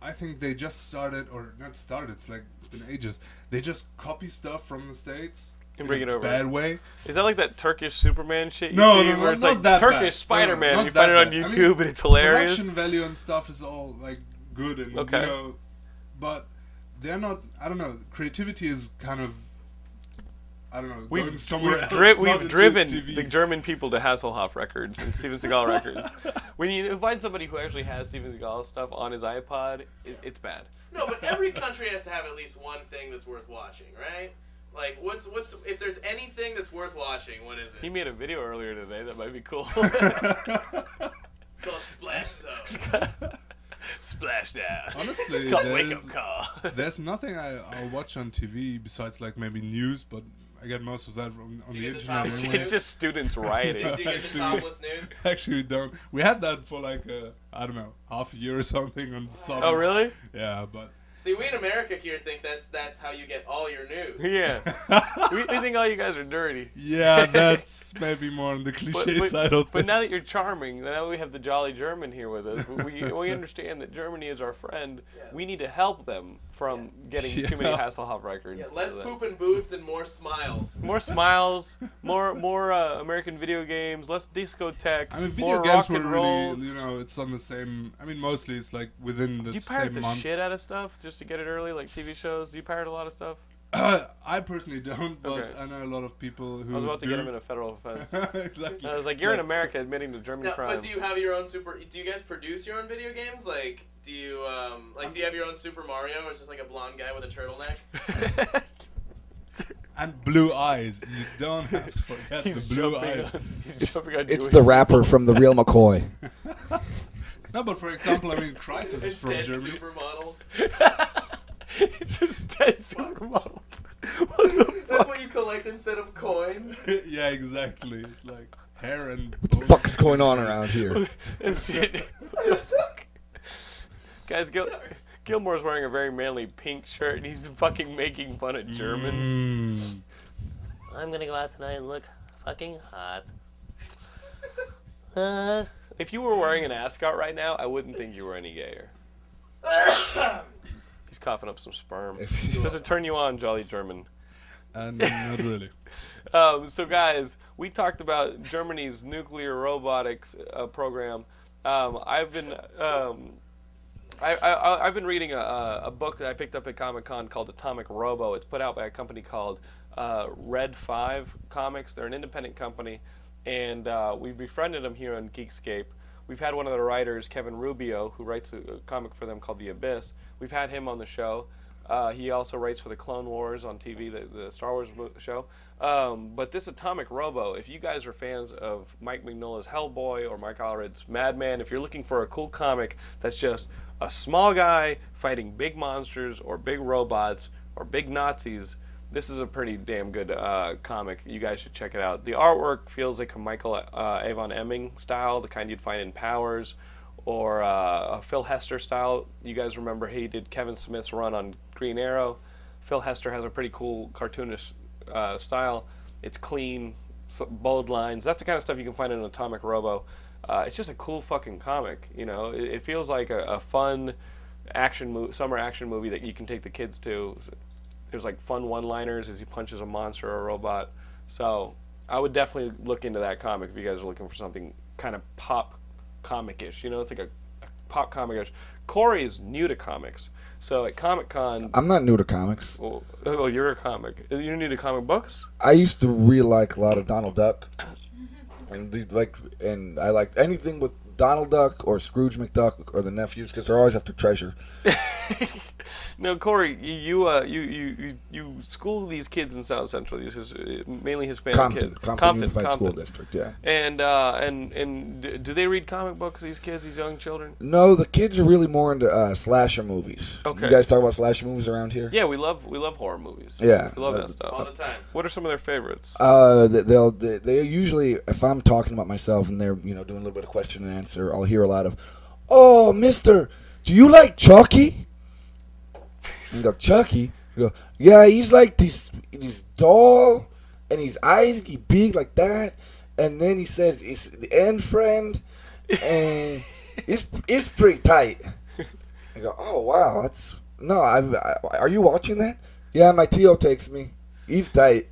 C: I think they just started, or not started. It's like it's been ages. They just copy stuff from the states
B: And
C: in
B: bring
C: a
B: it over.
C: Bad way.
B: Is that like that Turkish Superman shit? You
C: No,
B: see,
C: no,
B: where
C: no,
B: it's
C: not
B: like
C: that
B: Turkish
C: bad.
B: Spider-Man.
C: No, no,
B: you
C: not
B: find it
C: that
B: on
C: bad. I
B: YouTube
C: mean,
B: and it's hilarious.
C: Production value and stuff is all like good and
B: Okay.
C: you know, but they're not. I don't know. Creativity is kind of. I don't know.
B: We've,
C: going
B: we've,
C: somewhere else,
B: dri-
C: not
B: we've
C: into
B: driven
C: TV.
B: the German people to Hasselhoff Records and
C: *laughs*
B: Steven Seagal Records. When you invite somebody who actually has Steven Seagal stuff on his iPod, it, it's bad.
D: No, but every country has to have at least one thing that's worth watching, right? Like, what's what's if there's anything that's worth watching, what is
B: He
D: it?
B: made a video earlier today that might be
C: *laughs*
B: cool. *laughs*
D: It's called Splash Zone.
B: *laughs* Splashdown.
C: Honestly,
B: It's called Wake
C: there's-
B: Up Call. *laughs*
C: There's nothing I, I watch on TV besides like maybe news, but I get most of that on, on the
D: you get the
C: internet.
D: top
C: anyway.
B: it's just
C: *laughs*
B: students rioting.
D: Do you get the
C: Actually-
D: topless news?
C: *laughs* Actually, we don't. We had that for like I I don't know half a year or something on some.
B: oh, really?
C: Yeah, but
D: See, we in America here think that's that's how you get all your news.
B: Yeah. we, we think all you guys are dirty.
C: yeah, that's maybe
B: *laughs*
C: more on the
B: But,
C: cliche
B: but,
C: side of
B: but
C: things.
B: now that you're charming, now we have the jolly German here with us. We, *laughs* we- we understand that Germany is our friend. We need to help them from getting too many
C: Yeah.
B: Hasselhoff records.
D: Less
B: That-
D: poop and boobs and more smiles. *laughs*
B: More
C: *laughs*
B: smiles, more more uh, American video games, less discotheque,
C: I mean, video
B: more
C: games
B: rock
C: were
B: and roll.
C: really, you know, it's on the same. I mean, mostly it's like within the
B: Do you pirate
C: same
B: the
C: month.
B: shit out of stuff just to get it early, like TV shows? Do you pirate a lot of stuff?
C: *coughs* I personally don't, but
B: Okay.
C: I know a lot of people who.
B: I was about to get
C: do.
B: him in a federal
C: *laughs*
B: offense.
C: exactly.
B: I was like,
C: It's
B: "You're in America admitting to German
D: No,
B: crimes."
D: but do you have your own super? Do you guys produce your own video games? Like, do you um like do you have your own Super Mario, or is just like a blonde guy with a
B: *laughs*
D: turtleneck?
C: and blue eyes. You don't have to forget the blue
B: jumping
C: eyes.
B: on- he's jumping on
E: It's
B: Dewey.
E: the rapper from the real McCoy.
C: No, but for example, I mean, Crisis is
D: It's
C: from
D: dead
C: Germany.
D: supermodels.
C: *laughs*
B: it's just dead supermodels. What the
D: That's
B: fuck?
D: what you collect instead of
B: *laughs*
D: coins.
C: yeah, exactly. It's like hair and.
E: What the fuck's going on around here?
B: And shit. *laughs* What the fuck? Guys, Gil- Gilmore's wearing a very manly pink shirt, and he's fucking making fun of Germans.
C: Mm.
B: I'm gonna go out tonight and look fucking hot. Uh, if you were wearing an ascot right now, I wouldn't think you were any *coughs* gayer. He's coughing up some sperm.
E: If you-
B: Does it turn you on, Jolly German?
C: Uh,
E: *laughs*
C: not really.
B: Um, so, guys, we talked about Germany's nuclear robotics uh, program. Um, I've been um, I, I, I've been reading a- a, a book that I picked up at Comic Con called Atomic Robo. It's put out by a company called uh, Red Five Comics. They're an independent company, and uh, we befriended them here on Geekscape. We've had one of the writers, Kevin Rubio, who writes a, a comic for them called The Abyss. We've had him on the show. Uh, he also writes for the Clone Wars on TV, the, the Star Wars mo- show. Um, but this Atomic Robo, if you guys are fans of Mike Mignola's Hellboy or Mike Allred's Madman, if you're looking for a cool comic that's just a small guy fighting big monsters or big robots or big Nazis, this is a pretty damn good uh, comic. You guys should check it out. The artwork feels like a Michael uh, Avon Emming style, the kind you'd find in Powers or uh, a Phil Hester style. You guys remember he did Kevin Smith's run on Green Arrow. Phil Hester has a pretty cool cartoonish uh, style. It's clean, s- bold lines. That's the kind of stuff you can find in Atomic Robo. Uh, it's just a cool fucking comic. You know, it, it feels like a, a fun action mo- summer action movie that you can take the kids to. S- There's like fun one-liners as he punches a monster or a robot. So I would definitely look into that comic if you guys are looking for something kind of pop comic-ish. You know, it's like a, a pop comic-ish. Corey is new to comics, so at Comic Con,
E: I'm not new to comics.
B: well, oh, well, you're a comic. You're new to comic books.
E: I used to really like a lot of Donald Duck, and the, like, and I liked anything with Donald Duck or Scrooge McDuck or the nephews because they're always after treasure.
B: No, Corey, you you uh, you, you you you school these kids in South Central. These is uh, mainly Hispanic
E: Compton,
B: kids.
E: Compton, Unified School District. Yeah.
B: And uh, and and d- do they read comic books? These kids, these young children.
E: No, the kids are really more into uh, slasher movies.
B: Okay.
E: You guys talk about slasher movies around here?
B: Yeah, we love we love horror movies.
E: Yeah.
B: we love
E: Uh,
B: that
D: all
B: stuff.
D: the time.
B: What are some of their favorites?
E: Uh, th- they'll they they usually if I'm talking about myself and they're you know doing a little bit of question and answer, I'll hear a lot of, "Oh, Mister, do you like Chucky?" And go Chucky. You go, yeah, he's like this this doll, and his eyes get big like that, and then he says, "It's the end friend," and it's it's pretty tight. I go, "Oh wow, that's no." I, I are you watching that? Yeah, my Tio takes me. He's tight.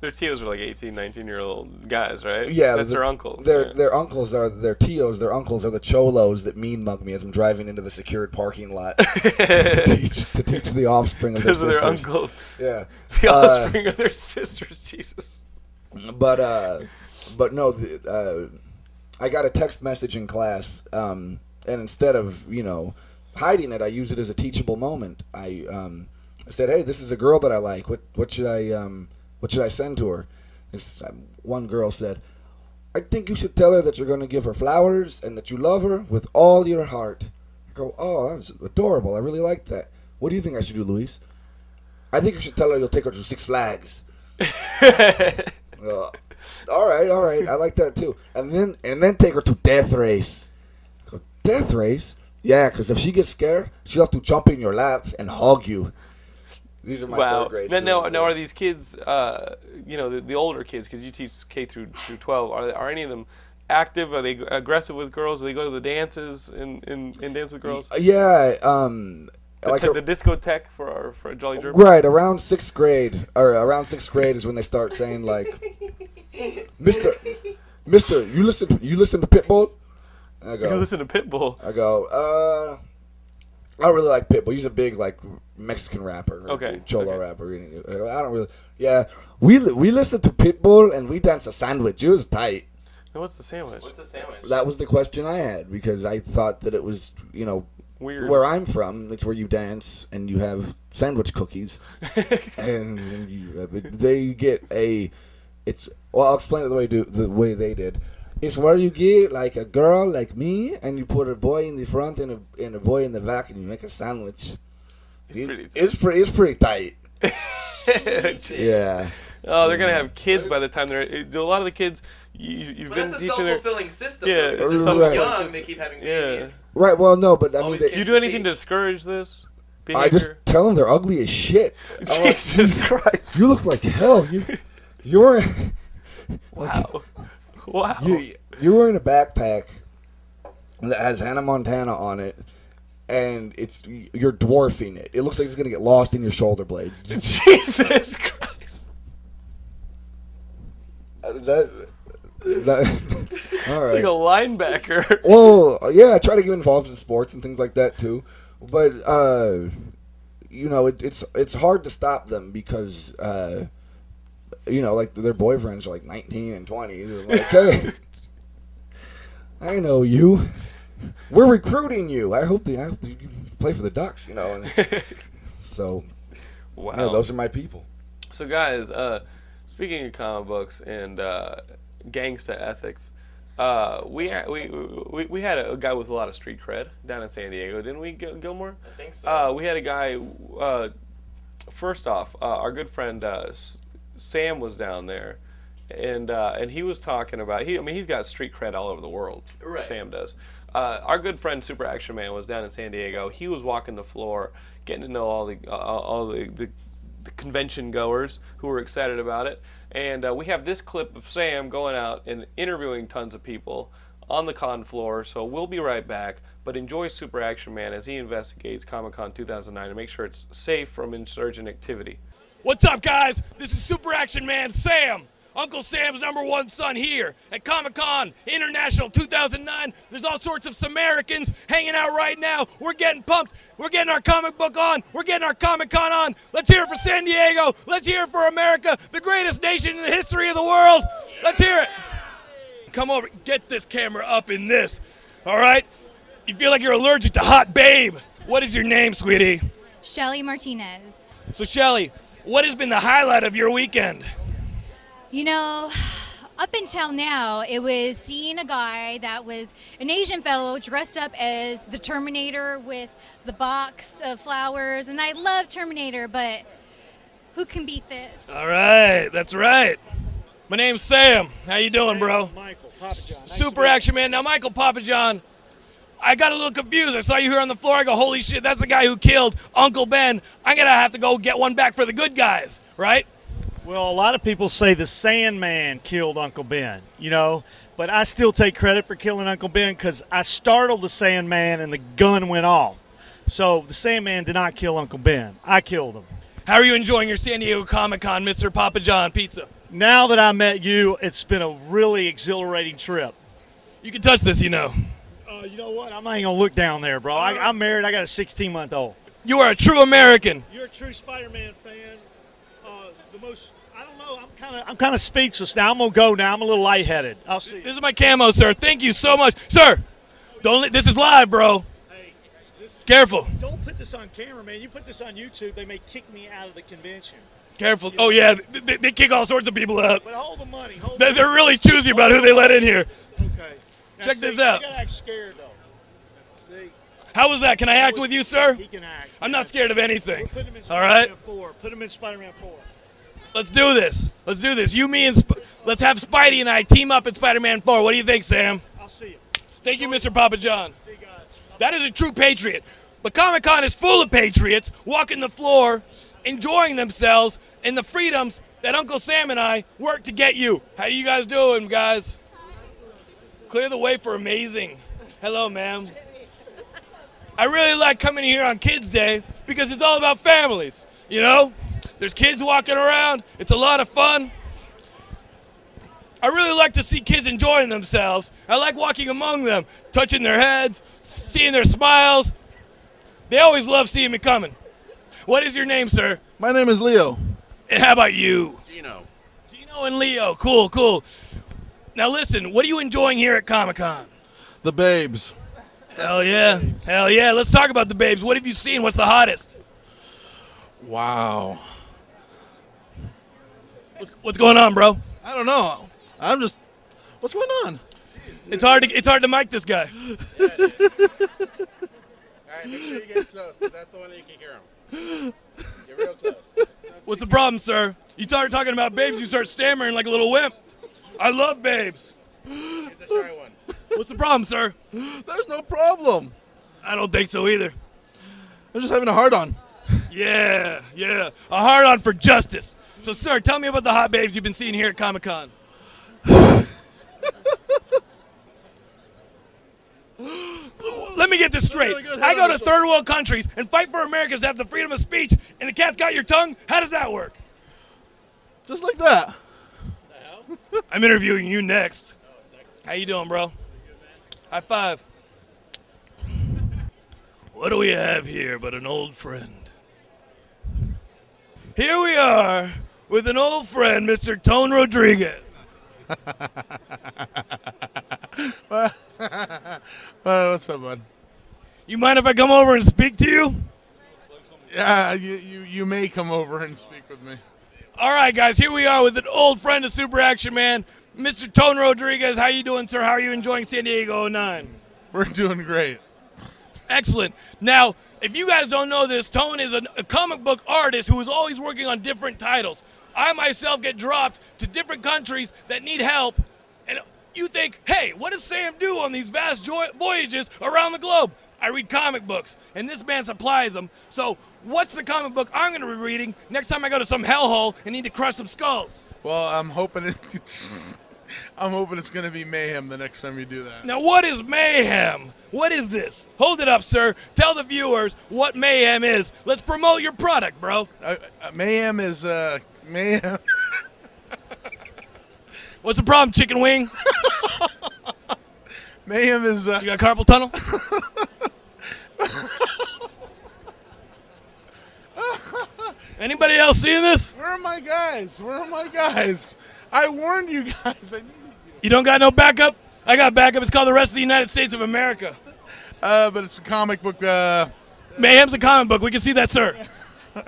B: Their tios are like 18, 19 year old guys, right?
E: Yeah,
B: that's
E: the-
B: their uncle.
E: Their their uncles are their tios. Their uncles are the cholos that mean mug me as I'm driving into the secured parking lot *laughs*
B: *laughs*
E: to teach to teach the offspring of their
B: Those are
E: sisters.
B: their uncles.
E: Yeah,
B: *laughs* The
E: Uh,
B: offspring of their sisters. Jesus.
E: but uh, but no, the, uh, I got a text message in class, um, and instead of you know hiding it, I used it as a teachable moment. I um, I said, "Hey, this is a girl that I like. What what should I um, what should I send to her?" This um, one girl said, "I think you should tell her that you're going to give her flowers and that you love her with all your heart." I go, "Oh, that was adorable. I really like that. What do you think I should do, Luis?" I think you should tell her you'll take her to Six Flags. Uh, all right, all right. I like that too. And then and then take her to death race. I go, death race? Yeah, because if she gets scared, she'll have to jump in your lap and hug you. These are my
B: wow.
E: third grades.
B: Now, now,
E: doing
B: now,
E: it.
B: are these kids, uh, you know, the, the older kids, because you teach K through through twelve, are they, are any of them active? Are they g- aggressive with girls? Do they go to the dances and, and, and dance with girls?
E: Uh, yeah, um, like
B: the,
E: a-
B: the discotheque for our for Jolly Jerk.
E: right around sixth grade or around sixth grade is when they start saying like, Mister, Mister, you listen, you listen to Pitbull. I go,
B: You listen to Pitbull.
E: I go, uh, I don't really like Pitbull. He's a big like Mexican rapper, or
B: Okay,
E: cholo
B: okay.
E: rapper. I go, "I don't really. Yeah, we li- we listen to Pitbull and we dance a sandwich. It was tight.
B: Now, what's the sandwich?
D: What's a sandwich?
E: That was the question I had because I thought that it was you know
B: Weird.
E: where I'm from. It's where you dance and you have sandwich cookies, and you, uh, but they get a. It's well, I'll explain it the way do the way they did. It's where you get like a girl like me, and you put a boy in the front and a and a boy in the back, and you make a sandwich. It's
B: pretty-
E: It's pretty. It's pretty tight. *laughs* Yeah.
B: oh, they're gonna have kids by the time they're. it- A lot of the kids you, you- you've
D: But
B: been
D: that's a
B: teaching their.
D: self-fulfilling system.
B: Yeah,
D: though.
B: it's
D: They're
E: a
D: so
E: self-
D: young they keep having
B: Yeah.
D: babies.
E: Right. Well, no, but I mean,
D: Always
E: they,
D: kids.
B: Do you do anything to
D: teach.
B: discourage this
E: I
B: behavior?
E: just tell them they're ugly as
B: *laughs*
E: shit. I'm like,
B: Jesus Christ!
E: you look like hell. You, you're. *laughs*
B: Wow. Wow.
E: You, you're wearing a backpack that has Hannah Montana on it, and
B: *laughs*
E: *laughs* it's you're dwarfing it. It looks like it's gonna get lost in your shoulder blades.
B: Jesus Christ.
E: Uh, that. that all
B: Like
E: right.
B: a linebacker.
E: *laughs* well, yeah, I try to get involved in sports and things like that too, but uh, you know, it, it's it's hard to stop them because uh, you know, like their boyfriends are like nineteen and twenty.
G: *laughs*
E: They're like, hey, I know you. We're recruiting you. I hope the I hope that you play for the Ducks. You know,
G: *laughs*
E: and so
B: wow.
E: yeah, those are my people.
B: So, guys, uh, speaking of comic books and uh, gangsta ethics, uh, we, we we we had a guy with a lot of street cred down in San Diego, didn't we, Gil- Gilmore? I
D: think so.
B: Uh, we had a guy. Uh, first off, uh, our good friend uh, S- Sam was down there, and uh, and he was talking about he. I mean, he's got street cred all over the world.
D: Right.
B: Sam does. Uh, our good friend Super Action Man was down in San Diego. He was walking the floor, getting to know all the uh, all the, the, the convention goers who were excited about it. And uh, we have this clip of Sam going out and interviewing tons of people on the con floor. So we'll be right back. But enjoy Super Action Man as he investigates Comic Con 2009 to make sure it's safe from insurgent activity.
H: What's up, guys? This is Super Action Man Sam, Uncle Sam's number one son here at Comic Con International 2009. There's all sorts of Samaritans hanging out right now. We're getting pumped. We're getting our comic book on. We're getting our Comic Con on. Let's hear it for San Diego. Let's hear it for America, the greatest nation in the history of the world. Let's hear it. Come over. Get this camera up in this. All right? You feel like you're allergic to hot babe. What is your name, sweetie?
I: Shelly Martinez.
H: So, Shelly, what has been the highlight of your weekend?
I: You know, *sighs* up until now, it was seeing a guy that was an Asian fellow dressed up as the Terminator with the box of flowers. And I love Terminator, but who can beat this?
H: All right, that's right. My name's Sam. How you doing, bro?
J: Michael, Papa John. Nice
H: Super action man. Now, Michael Papa John, I got a little confused. I saw you here on the floor. I go, holy shit, that's the guy who killed Uncle Ben. I'm gonna have to go get one back for the good guys, right?
J: Well, a lot of people say the Sandman killed Uncle Ben, you know, but I still take credit for killing Uncle Ben because I startled the Sandman and the gun went off. So the Sandman did not kill Uncle Ben. I killed him.
H: How are you enjoying your San Diego Comic Con, Mr. Papa John Pizza?
J: Now that I met you, it's been a really exhilarating trip.
H: You can touch this, you know.
J: Uh, you know what? I'm not even gonna look down there, bro. I, I'm married. I got a 16 month old.
H: You are a true American.
J: You're a true Spider-Man fan. Uh, the most. I don't know. I'm kind of. I'm kind of speechless now. I'm gonna go now. I'm a little lightheaded. I'll see.
H: This is my camo, sir. Thank you so much, sir. Don't. Li- this is live, bro.
J: Hey, this,
H: Careful.
J: don't put this on camera, man. You put this on YouTube, they may kick me out of the convention.
H: Careful. Oh yeah, th- they, they kick all sorts of people out.
J: But hold the money. Hold
H: They're, they're really choosy about who they let in here.
J: Okay. Now,
H: Check
J: see,
H: this out.
J: You gotta act scared though. See,
H: How was that? Can I act with you, sir?
J: he can act.
H: I'm not scared of anything.
J: Put him in
H: All right,
J: Spider-Man Four. Put him in Spider-Man Four.
H: let's do this. Let's do this. You, me, and Sp- let's have Spidey and I team up at Spider-Man 4. What do you think, Sam?
J: I'll see you.
H: Thank you, Mr. Papa John.
J: See you guys.
H: That is a true patriot. But Comic Con is full of patriots walking the floor, enjoying themselves and the freedoms that Uncle Sam and I worked to get you. How you guys doing, guys? Clear the way for amazing. Hello, ma'am. I really like coming here on Kids Day because it's all about families. You know, there's kids walking around. It's a lot of fun. I really like to see kids enjoying themselves. I like walking among them, touching their heads, seeing their smiles. They always love seeing me coming. What is your name, sir?
K: My name is Leo.
H: And how about you?
D: Gino.
H: Gino and Leo. Cool, cool. Now listen, what are you enjoying here at Comic Con?
K: The Babes.
H: Hell yeah. Hell yeah. Let's talk about the babes. What have you seen? What's the hottest?
K: Wow.
H: What's, what's going on, bro?
K: I don't know. I'm just. What's going on?
H: It's hard to it's hard to mic this guy.
L: All right, make sure you get close, because that's the one that you can hear him. Get real close.
H: What's the problem, sir? You start talking about babes, you start stammering like a little wimp. I love babes.
L: It's a shy one.
H: What's the problem, sir?
K: There's no problem.
H: I don't think so either.
K: I'm just having a hard on.
H: Yeah, yeah. A hard on for justice. So, sir, tell me about the hot babes you've been seeing here at Comic Con. *sighs* Let me get this straight.
K: Really good.
H: I go
K: Hold on.
H: to third world countries and fight for Americans to have the freedom of speech, and the cat's got your tongue? How does that work?
K: Just like that.
H: I'm interviewing you next. How you doing, bro? High five. What do we have here but an old friend? Here we are with an old friend, Mr. Tone Rodriguez.
F: *laughs* well, what's up, bud?
H: You mind if I come over and speak to you?
F: Yeah, you, you, you may come over and speak with me.
H: All right, guys, here we are with an old friend of Super Action Man, Mr. Tone Rodriguez. How you doing, sir? How are you enjoying San Diego 09?
F: We're doing great.
H: Excellent. Now, if you guys don't know this, Tone is a, a comic book artist who is always working on different titles. I myself get dropped to different countries that need help, and you think, hey, what does Sam do on these vast joy- voyages around the globe? I read comic books, and this man supplies them. So, what's the comic book I'm going to be reading next time I go to some hellhole and need to crush some skulls?
F: Well, I'm hoping it's *laughs* I'm hoping it's gonna be mayhem the next time you do that.
H: Now, what is mayhem? What is this? Hold it up, sir. Tell the viewers what mayhem is. Let's promote your product, bro.
F: Uh, uh, mayhem is uh, mayhem.
H: *laughs* What's the problem, chicken wing?
F: *laughs* mayhem is. Uh,
H: you got carpal
F: *laughs*
H: tunnel? Anybody else seeing this?
F: Where are my guys? Where are my guys? I warned you guys. *laughs* I need
H: You don't got no backup? I got backup. It's called the rest of the United States of America.
F: *laughs* Uh, but it's a comic book. Uh,
H: Mayhem's a comic book. We can see that, sir.
F: *laughs*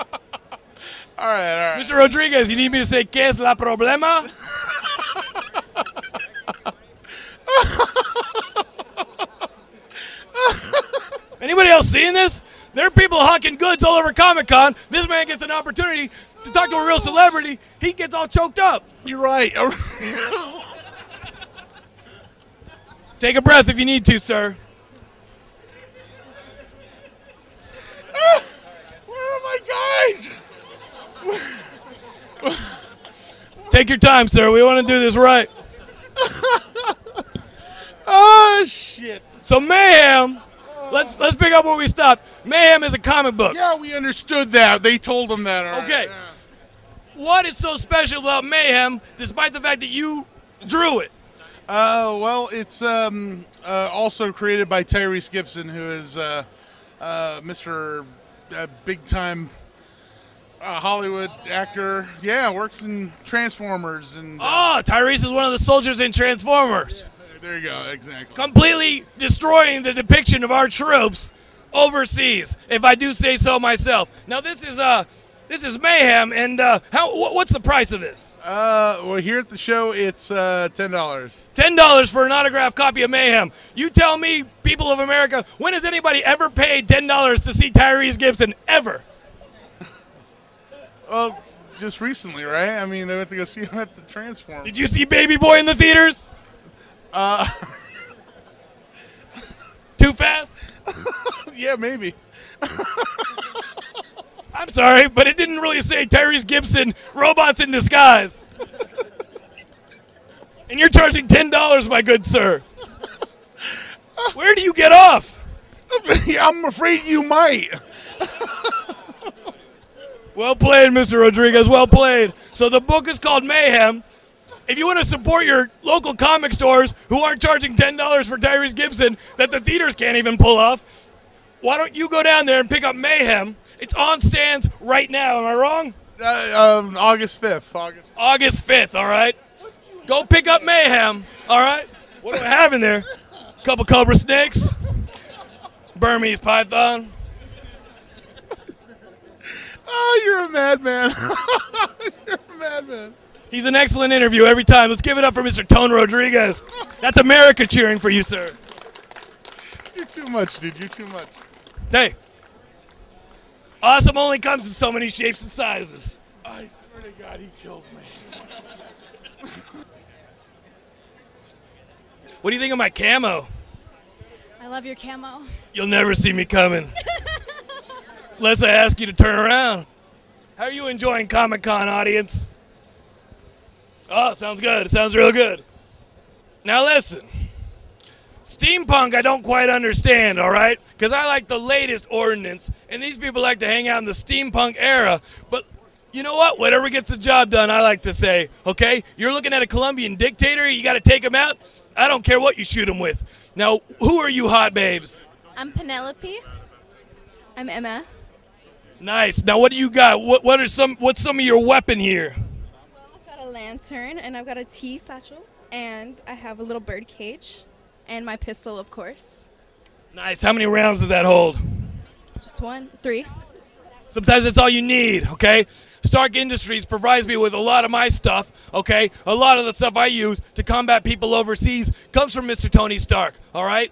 F: all right, all right.
H: Mr. Rodriguez, you need me to say, ¿Qué es la
F: *laughs*
H: problema? Anybody else seeing this? There are people hawking goods all over Comic Con. This man gets an opportunity to talk to a real celebrity. He gets all choked up.
F: You're right. *laughs*
H: Take a breath if you need to, sir.
F: Where are my guys?
H: Take your time, sir. We want to do this right.
F: *laughs* oh shit.
H: So mayhem. Let's let's pick up where we stopped. Mayhem is a comic book.
F: Yeah, we understood that. They told them that. all right.
H: Okay. What is so special about mayhem, despite the fact that you drew it?
F: Uh, well, it's um, uh, also created by Tyrese Gibson, who is uh, uh, Mr. Uh, big time uh, Hollywood actor. Yeah, works in Transformers and
H: Oh, Tyrese is one of the soldiers in Transformers.
F: there you go. Exactly.
H: completely destroying the depiction of our troops overseas, if I do say so myself. Now this is uh this is mayhem, and uh, how wh- what's the price of this?
F: Uh, well, here at the show, it's uh, ten dollars.
H: Ten dollars for an autographed copy of Mayhem. You tell me, people of America, when has anybody ever paid ten dollars to see Tyrese Gibson ever?
F: Well, just recently, right? I mean, they went to go see *laughs* him at the Transformers.
H: Did you see Baby Boy in the theaters?
F: Uh,
H: *laughs* Too fast?
F: yeah, maybe.
H: *laughs* I'm sorry, but it didn't really say Tyrese Gibson, robots in disguise. and you're charging $10, my good sir. Where do you get
F: *laughs*
H: off?
F: I'm afraid you might.
H: *laughs* Well played, Mr. Rodriguez. Well played. So the book is called Mayhem. If you want to support your local comic stores who aren't charging $10 for Tyrese Gibson that the theaters can't even pull off, why don't you go down there and pick up Mayhem? It's on stands right now. Am I wrong?
F: Uh, um, August fifth. August.
H: August 5th, all right? Go pick up Mayhem, all right? What do I have in there? couple cobra snakes, Burmese python.
F: Oh, you're a madman. *laughs* *laughs* you're a madman.
H: He's an excellent interview every time. Let's give it up for Mr. Tone Rodriguez. That's America cheering for you, sir.
F: You're too much, dude. You're too much.
H: Hey, awesome only comes in so many shapes and sizes.
F: I swear to God, he kills me.
H: What do you think of my camo?
I: I love your camo. *laughs*
H: You'll never see me coming. Unless I ask you to turn around. How are you enjoying Comic Con, audience? Oh, sounds good. Sounds real good. Now listen. Steampunk, I don't quite understand, all right? Because I like the latest ordinance, and these people like to hang out in the steampunk era. But you know what? Whatever gets the job done, I like to say, okay? You're looking at a Colombian dictator, you got to take him out. I don't care what you shoot him with. Now, who are you, hot babes?
M: I'm Penelope. I'm Emma.
H: Nice. Now, what do you got? What, what are some? What's some of your weapon here?
M: I've got a lantern and I've got a tea satchel and I have a little bird cage and my pistol, of course.
H: Nice. How many rounds does that hold?
M: Just one, three.
H: Sometimes that's all you need, okay? Stark Industries provides me with a lot of my stuff, okay? A lot of the stuff I use to combat people overseas comes from Mr. Tony Stark, all right?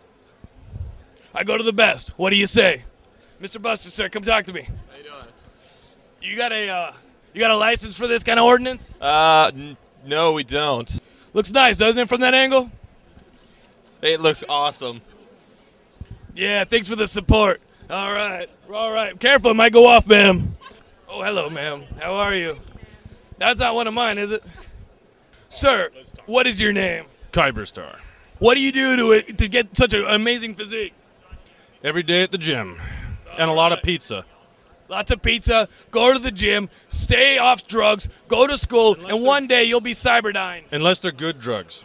H: I go to the best. What do you say? Mr. Buster, sir, come talk to me. How you doing? You got a uh, you got a license for this kind of ordinance?
N: Uh, n- no, we don't.
H: Looks nice, doesn't it, from that angle?
N: It looks awesome.
H: Yeah, thanks for the support. All right, all right. Careful, it might go off, ma'am. Oh, hello, ma'am. How are you? That's not one of mine, is it? Sir, what is your name?
G: Kyber Star.
H: What do you do to it, to get such an amazing physique?
G: Every day at the gym. and a lot of pizza.
H: Lots of pizza. Go to the gym. Stay off drugs. Go to school, and one day you'll be Cyberdyne.
G: Unless they're good drugs.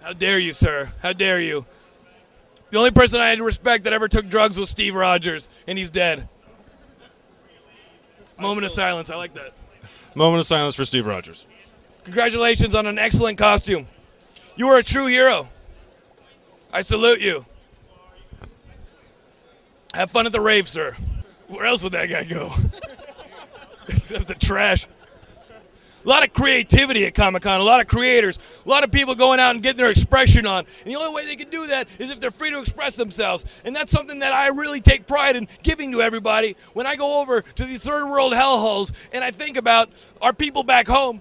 H: How dare you, sir? How dare you? The only person I had to respect that ever took drugs was Steve Rogers, and he's dead. Moment of silence. I like that.
G: Moment of silence for Steve Rogers.
H: Congratulations on an excellent costume. You are a true hero. I salute you. Have fun at the rave, sir. Where else would that guy go? *laughs* Except the trash. A lot of creativity at Comic Con, a lot of creators, a lot of people going out and getting their expression on. And the only way they can do that is if they're free to express themselves. And that's something that I really take pride in giving to everybody. When I go over to these third world hellholes and I think about our people back home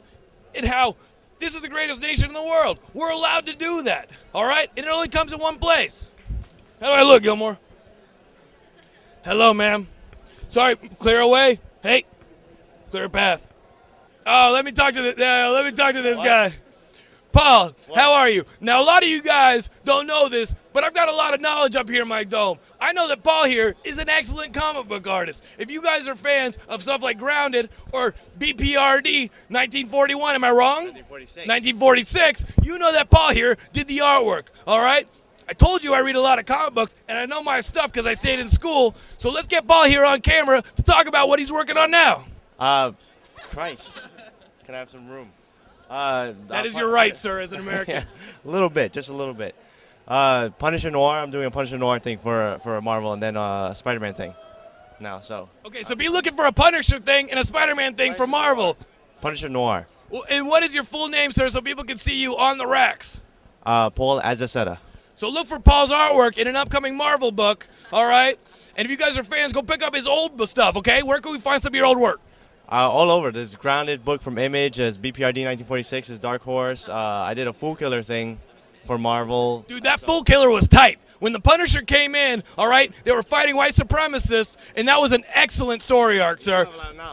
H: and how this is the greatest nation in the world, we're allowed to do that, all right? And it only comes in one place. How do I look, Gilmore? Hello, ma'am. Sorry, clear away. Hey, clear a path. Oh, let me talk to the, uh, let me talk to this guy. Paul, how are you? Now, a lot of you guys don't know this, but I've got a lot of knowledge up here in my dome. I know that Paul here is an excellent comic book artist. If you guys are fans of stuff like Grounded or BPRD 1941, am I wrong? 1946. 1946, you know that Paul here did the artwork, all right? I told you I read a lot of comic books and I know my stuff because I stayed in school. So let's get Paul here on camera to talk about what he's working on now.
O: Uh, Christ. Can I have some room? Uh,
H: That
O: uh,
H: is your right, sir,
O: *laughs*
H: as an American.
O: a little bit, just a little bit. Uh, Punisher Noir. I'm doing a Punisher Noir thing for for Marvel, and then uh, Spider-Man thing. Now, so
H: Okay, so be looking for a Punisher thing and a Spider Man thing from Marvel.
O: Punisher Noir.
H: Well, And what is your full name, sir, so people can see you on the racks?
O: Uh, Paul Azaceta.
H: So look for Paul's artwork in an upcoming Marvel book, all right? And if you guys are fans, go pick up his old stuff, okay? Where can we find some of your old work?
O: Uh, all over. There's grounded book from Image. There's BPRD 1946. There's Dark Horse. Uh, I did a Fool Killer thing for Marvel.
H: Dude, that Fool Killer was tight. When the Punisher came in, all right, they were fighting white supremacists, and that was an excellent story arc, sir.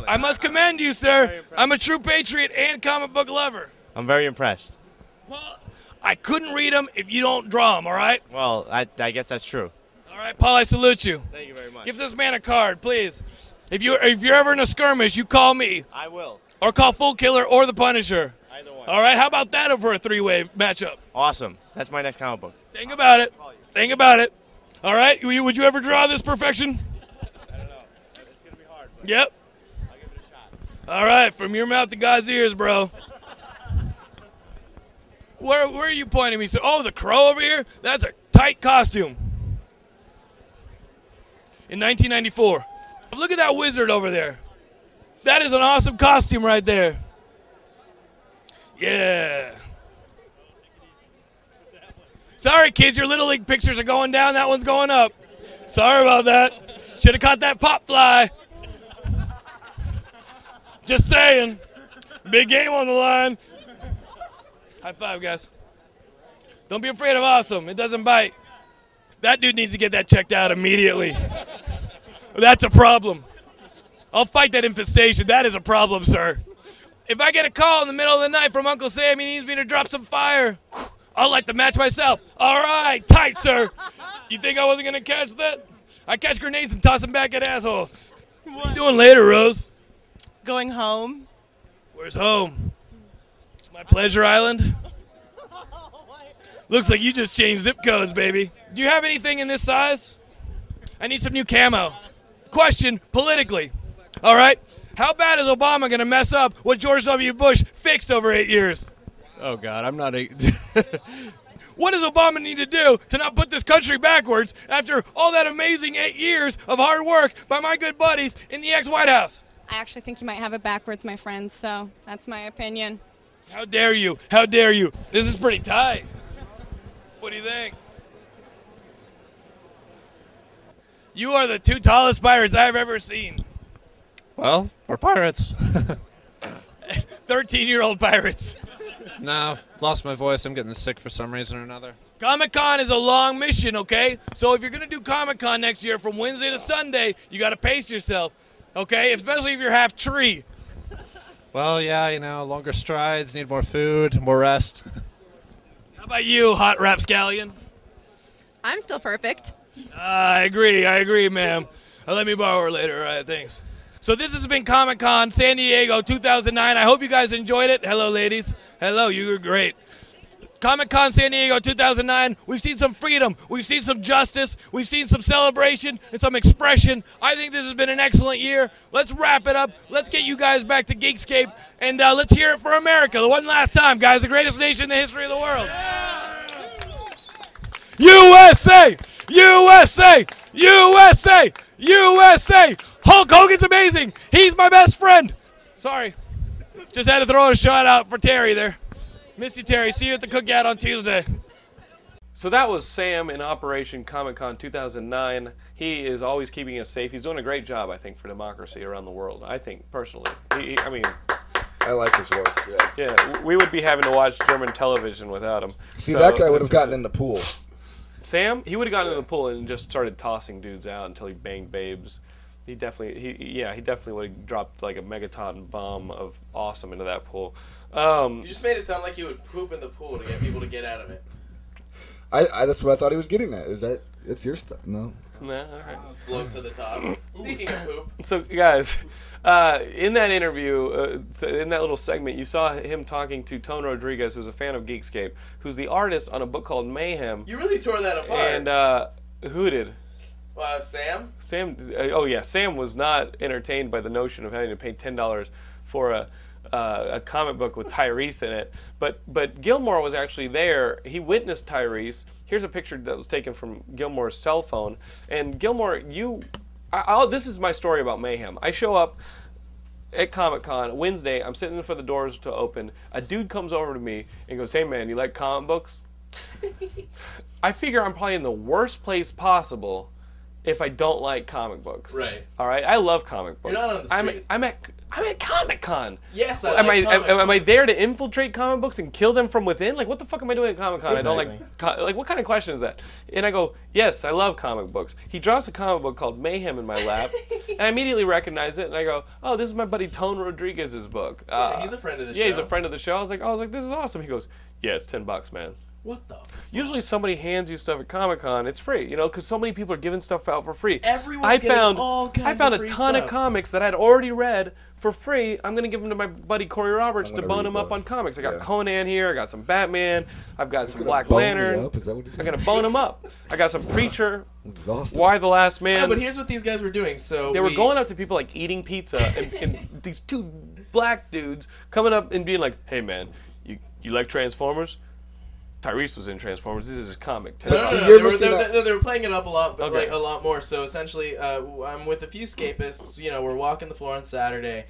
H: I must commend you, sir. I'm a true patriot and comic book lover.
O: I'm very impressed.
H: I couldn't read them if you don't draw them, all right?
O: Well, I, I guess that's true.
H: All right, Paul, I salute you.
O: Thank you very much.
H: Give this man a card, please. If you if you're ever in a skirmish, you call me.
O: I will.
H: Or call Full Killer or the Punisher. Either one. All right, how about that for a three-way matchup?
O: Awesome. That's my next comic book.
H: Think about it. Think about it. All right, would you, would you ever draw this perfection? I don't know. It's gonna be hard. Yep. I'll give it a shot. All right, from your mouth to God's ears, bro. Where, where are you pointing me? So, oh, the crow over here? That's a tight costume. In 1994. Look at that wizard over there. That is an awesome costume right there. Yeah. Sorry, kids, your Little League pictures are going down. That one's going up. Sorry about that. Should have caught that pop fly. Just saying. Big game on the line. High five, guys. Don't be afraid of awesome. It doesn't bite. That dude needs to get that checked out immediately. That's a problem. I'll fight that infestation. That is a problem, sir. If I get a call in the middle of the night from Uncle Sam, he needs me to drop some fire. I'll light the match myself. All right, tight, sir. You think I wasn't gonna catch that? I catch grenades and toss them back at assholes. What, you doing later, Rose?
P: Going home.
H: Where's home? My pleasure island? Looks like you just changed zip codes, baby. Do you have anything in this size? I need some new camo. Question politically. All right. How bad is Obama going to mess up what George W. Bush fixed over eight years?
G: Oh God, I'm not a.
H: *laughs* What does Obama need to do to not put this country backwards after all that amazing eight years of hard work by my good buddies in the ex White House?
Q: I actually think you might have it backwards, my friend. So that's my opinion.
H: How dare you? How dare you? This is pretty tight. What do you think? You are the two tallest pirates I've ever seen. *laughs*
G: Well, we're pirates.
H: 13 year old pirates.
G: no, uh, lost my voice. I'm getting sick for some reason or another.
H: Comic Con is a long mission, okay? So if you're gonna do Comic Con next year from Wednesday to Sunday, you gotta pace yourself, okay? Especially if you're half tree.
G: Well, yeah, you know, longer strides, need more food, more rest.
H: How about you, hot rapscallion?
R: I'm still perfect.
H: I agree, I agree, ma'am. Uh, let me borrow her later. All right, thanks. So this has been Comic Con San Diego 2009. I hope you guys enjoyed it. Hello, ladies. Hello, you were great. Comic Con San Diego 2009. We've seen some freedom. We've seen some justice. We've seen some celebration and some expression. I think this has been an excellent year. Let's wrap it up. Let's get you guys back to Geekscape and uh, let's hear it for America the one last time, guys. The greatest nation in the history of the world. USA! USA! USA! USA! Hulk Hogan's amazing. He's my best friend. Sorry. Just had to throw a shot out for Terry there. Miss you, Terry. See you at the cookout on Tuesday.
B: So that was Sam in Operation Comic Con 2009. He is always keeping us safe. He's doing a great job, I think, for democracy around the world. I think personally. He, he- I mean,
E: I like his work. Yeah.
B: yeah, w- we would be having to watch German television without him.
E: See,
B: So
E: that guy would
B: it's
E: have
B: just
E: gotten
B: a-
E: in the pool.
B: Sam, he would have gotten in the pool and just started tossing dudes out until he banged babes. He definitely, he yeah, he definitely would have dropped like a megaton bomb of awesome into that pool. Um,
D: You just made it sound like you would poop in the pool to get people to get out of it.
E: I, I that's what I thought he was getting at. Is that it's your stuff? No.
B: *laughs* Nah, all right.
D: Float to the top. Speaking of poop,
B: So, guys, uh, in that interview, uh, so in that little segment, you saw him talking to Tone Rodriguez, who's a fan of Geekscape, who's the artist on a book called Mayhem.
D: you really tore that apart.
B: and uh, who did?
D: uh, Sam,
B: Sam, uh, oh yeah, Sam was not entertained by the notion of having to pay ten dollars for a uh, a comic book with Tyrese in it. But but Gilmore was actually there. He witnessed Tyrese. Here's a picture that was taken from Gilmore's cell phone. And Gilmore, you, I, I'll, this is my story about mayhem. I show up at Comic Con Wednesday. I'm sitting for the doors to open. A dude comes over to me and goes, "Hey man, you like
D: *laughs*
B: comic books?" I figure I'm probably in the worst place possible if I don't like comic books.
D: Right.
B: All right. I love comic
D: You're
B: books.
D: not on the
B: I'm,
D: street.
B: I'm at I'm at Comic Con.
D: Yes, I
B: am
D: like
B: I am,
D: comic
B: am I there to infiltrate comic books and kill them from within? Like what the fuck am I doing at Comic Con? I don't like co- like what kind of question is that? And I go, yes, I love comic books. He drops a comic book called Mayhem in my lap, and I immediately recognize it. And I go, oh, this is my buddy Tone Rodriguez's book. Uh,
D: he's a friend of the
B: yeah, he's
D: show.
B: a friend of the show. I was like, I was like, this is awesome. He goes, yeah, it's ten bucks, man.
D: what the?
B: Usually, somebody hands you stuff at Comic Con. It's free, you know, because so many people are giving stuff out for free.
D: Everyone's
B: I
D: getting
B: found
D: all kinds
B: I found
D: of
B: a
D: free
B: ton of
D: stuff.
B: comics that I'd already read for free. I'm gonna give them to my buddy Corey Roberts
E: I'm
B: to
E: gonna
B: bone
E: read
B: him up on comics. I got
E: Yeah.
B: Conan here. I got some Batman. I've got some Black
E: bone me
B: Lantern.
E: up? Is that what you said?
B: I'm gonna bone him up.
E: *laughs*
B: I got some Preacher.
E: Exhausted.
B: Why the Last Man?
D: No, but here's what these guys were doing. So
B: they were
D: we-
B: going up to people like eating pizza and,
E: *laughs*
B: and these two black dudes coming up and being like hey man you, you like transformers tyrese was in transformers this is his comic
D: No, no,
B: See,
D: no,
B: you're
D: They, were,
B: missing
D: they, were,
B: out.
D: they- they were playing it up a lot, but
B: Okay.
D: like a lot more. So essentially, uh, I'm with a few scapists. You know, we're walking the floor on Saturday,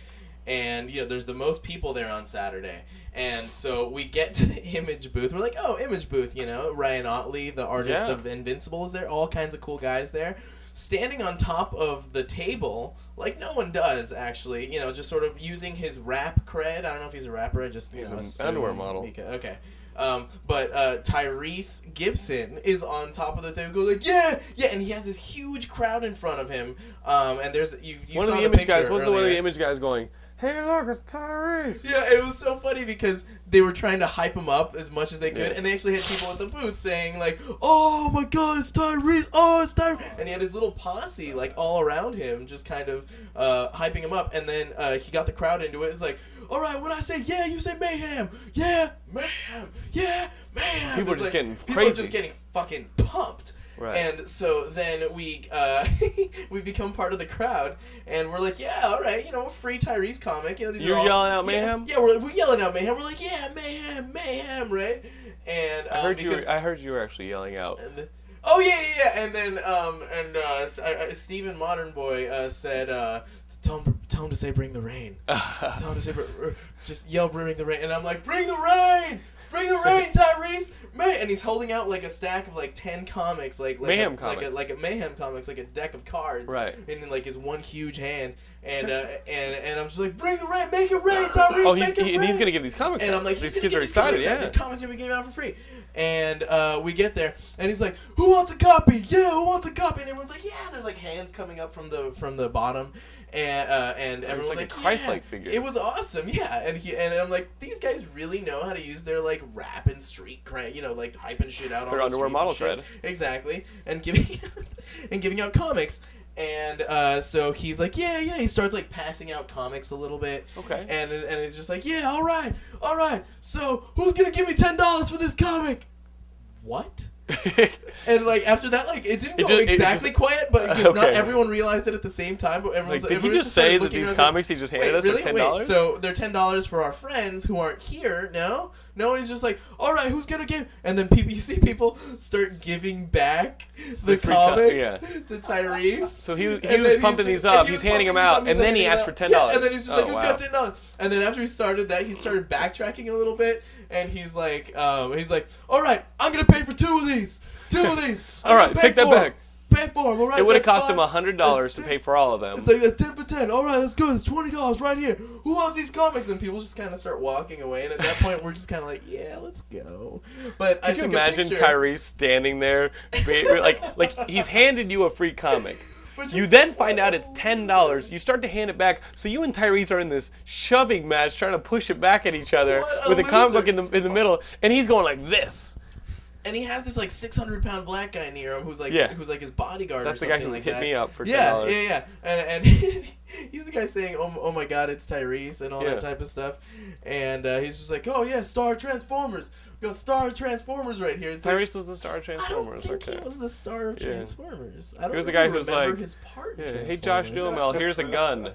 D: and you know, there's the most people there on Saturday. And so we get *laughs* to the image booth. We're like, oh, image booth. You know, Ryan Otley, the artist
B: Yeah.
D: of Invincible, is there. All kinds of cool guys there. Standing on top of the table, like no one does actually, you know, just sort of using his rap cred. I don't know if he's a rapper. I just you
B: He's
D: know,
B: an
D: assume
B: underwear model.
D: he ca- okay. Um, but uh, Tyrese Gibson is on top of the table, going like, yeah, yeah, and he has this huge crowd in front of him. Um, and there's you, you
B: one
D: saw
B: of the,
D: the
B: image
D: picture
B: guys wasn't one of the
D: earlier.
B: image guys going Hey, look, it's Tyrese.
D: Yeah, it was so funny because they were trying to hype him up as much as they could,
B: Yeah.
D: and they actually had people at the booth saying like, "Oh my God, it's Tyrese! Oh, it's Tyrese!" And he had his little posse like all around him, just kind of uh, hyping him up. And then uh, he got the crowd into it. It's like, "All right, when I say yeah, you say mayhem. Yeah, mayhem. Yeah, mayhem."
B: People are
D: It's
B: just
D: like,
B: getting
D: people are
B: crazy.
D: just getting fucking pumped.
B: Right.
D: And so then we uh, *laughs* we become part of the crowd, and we're like, yeah, all right, you know, free Tyrese comic, you know, these
B: You're
D: are all-
B: yelling out
D: Yeah,
B: mayhem?
D: Yeah, we're, we're yelling out mayhem. We're like, yeah, mayhem, mayhem, right? And um,
B: I heard you.
D: because
B: Were, I heard you were actually yelling out.
D: Oh yeah, yeah, yeah. And then um, and uh, S- I, I, Steven Modern Boy uh, said, uh, "Tell him, tell him to say, bring the
B: *laughs*
D: rain. tell him to say, br- br- just yell, bring the rain." And I'm like, "Bring the rain, bring the rain, Tyrese, man!" And he's holding out like a stack of like ten comics, like like
B: Mayhem
D: a, like a,
B: comics.
D: like a mayhem comics, like a deck of cards,
B: Right.
D: And in like his one huge hand, and
B: *laughs*
D: uh, and and I'm just like, "Bring the rain, make it rain, Tyrese,
B: Oh, he's,
D: make it
B: he,
D: rain."
B: and he's gonna give these comics.
D: And
B: out.
D: I'm like,
B: these
D: he's
B: kids
D: gonna
B: are
D: get these comics
B: excited.
D: out.
B: Yeah.
D: These comics are gonna get out for free. And uh, we get there, and he's like, "Who wants a copy? Yeah, who wants a copy?" And everyone's like, "Yeah." There's like hands coming up from the from the bottom, and uh, and
B: It was
D: everyone's
B: like a
D: like,
B: Christ-like
D: "Yeah."
B: figure.
D: It was awesome, yeah. And he and I'm like, these guys really know how to use their like rap and street cred, you know, like hyping shit out
B: Their
D: on
B: underwear
D: the
B: model
D: streets and shit. exactly, and giving *laughs* and giving out comics. And uh, so he's like, yeah, yeah. He starts like passing out comics a little bit. Okay. And and he's just like, yeah, all right, all right. So who's gonna give me ten dollars for this comic?
B: *laughs*
D: What? and like after that, like it didn't
B: It
D: go
B: just- it
D: exactly
B: just-
D: quiet, but because not
B: Okay.
D: everyone realized it at the same time. But everyone
B: Like,
D: was
B: did he
D: everyone
B: just
D: started
B: say that
D: looking
B: these
D: around, like,
B: comics he just handed
D: Wait,
B: us were
D: really? Wait,
B: $10?
D: so they're ten dollars for our friends who aren't here. No, no one's just like, all right, who's gonna give? And then people, *laughs* you see people start giving back the,
B: The free co-
D: comics
B: yeah.
D: to Tyrese. So
B: he- he was
D: then he's
B: pumping
D: just-
B: these up,
D: and he
B: he's
D: was
B: handing 'em
D: pumping these
B: out,
D: up, he's
B: and then he
D: handing
B: asked
D: out.
B: for $10.
D: Yeah, and then he's just
B: Oh,
D: like, who's
B: wow.
D: got ten dollars? And then after he started that, he started backtracking a little bit, and he's like, um, he's like, all right, I'm gonna pay for two of these, two of
B: *laughs*
D: these. I'm
B: All
D: gonna
B: right,
D: pay
B: take that
D: for 'em.
B: back.
D: Pay for them, all right?
B: it would have
D: that's
B: cost
D: fine.
B: him hundred dollars to pay for all of them.
D: It's like that's ten for ten. All right, let's go. It's twenty dollars right here. Who wants these comics? And people just kind of start walking away. And at that point, we're just kind of like, yeah, let's go. But I
B: Could you
D: took a
B: imagine
D: picture.
B: Tyrese standing there, ba- like like he's handed you a free comic.
D: *laughs* But
B: you then find out it's ten dollars. You start to hand it back, so you and Tyrese are in this shoving match, trying to push it back at each other
D: What a
B: with a comic
D: loser.
B: book in the in the middle, and he's going like this.
D: And he has this like six hundred pound black guy near him who's like
B: Yeah.
D: who's like his bodyguard.
B: That's
D: or
B: the guy
D: something
B: who
D: like
B: hit
D: that.
B: me up for
D: yeah,
B: $10.
D: yeah, yeah. And *laughs* and he's the guy saying, "Oh, m- oh my God, it's Tyrese" and all
B: Yeah.
D: that type of stuff. And uh, he's just like, "Oh yeah, Star Transformers. We got Star Transformers right here." It's like,
B: Tyrese was the star of Transformers. okay.
D: He was the star of
B: Yeah.
D: Transformers. I don't
B: he was the
D: really
B: guy who's
D: remember
B: like,
D: his part. in
B: yeah, "Hey Josh
D: Transformers." *laughs*
B: Duhamel, here's a gun."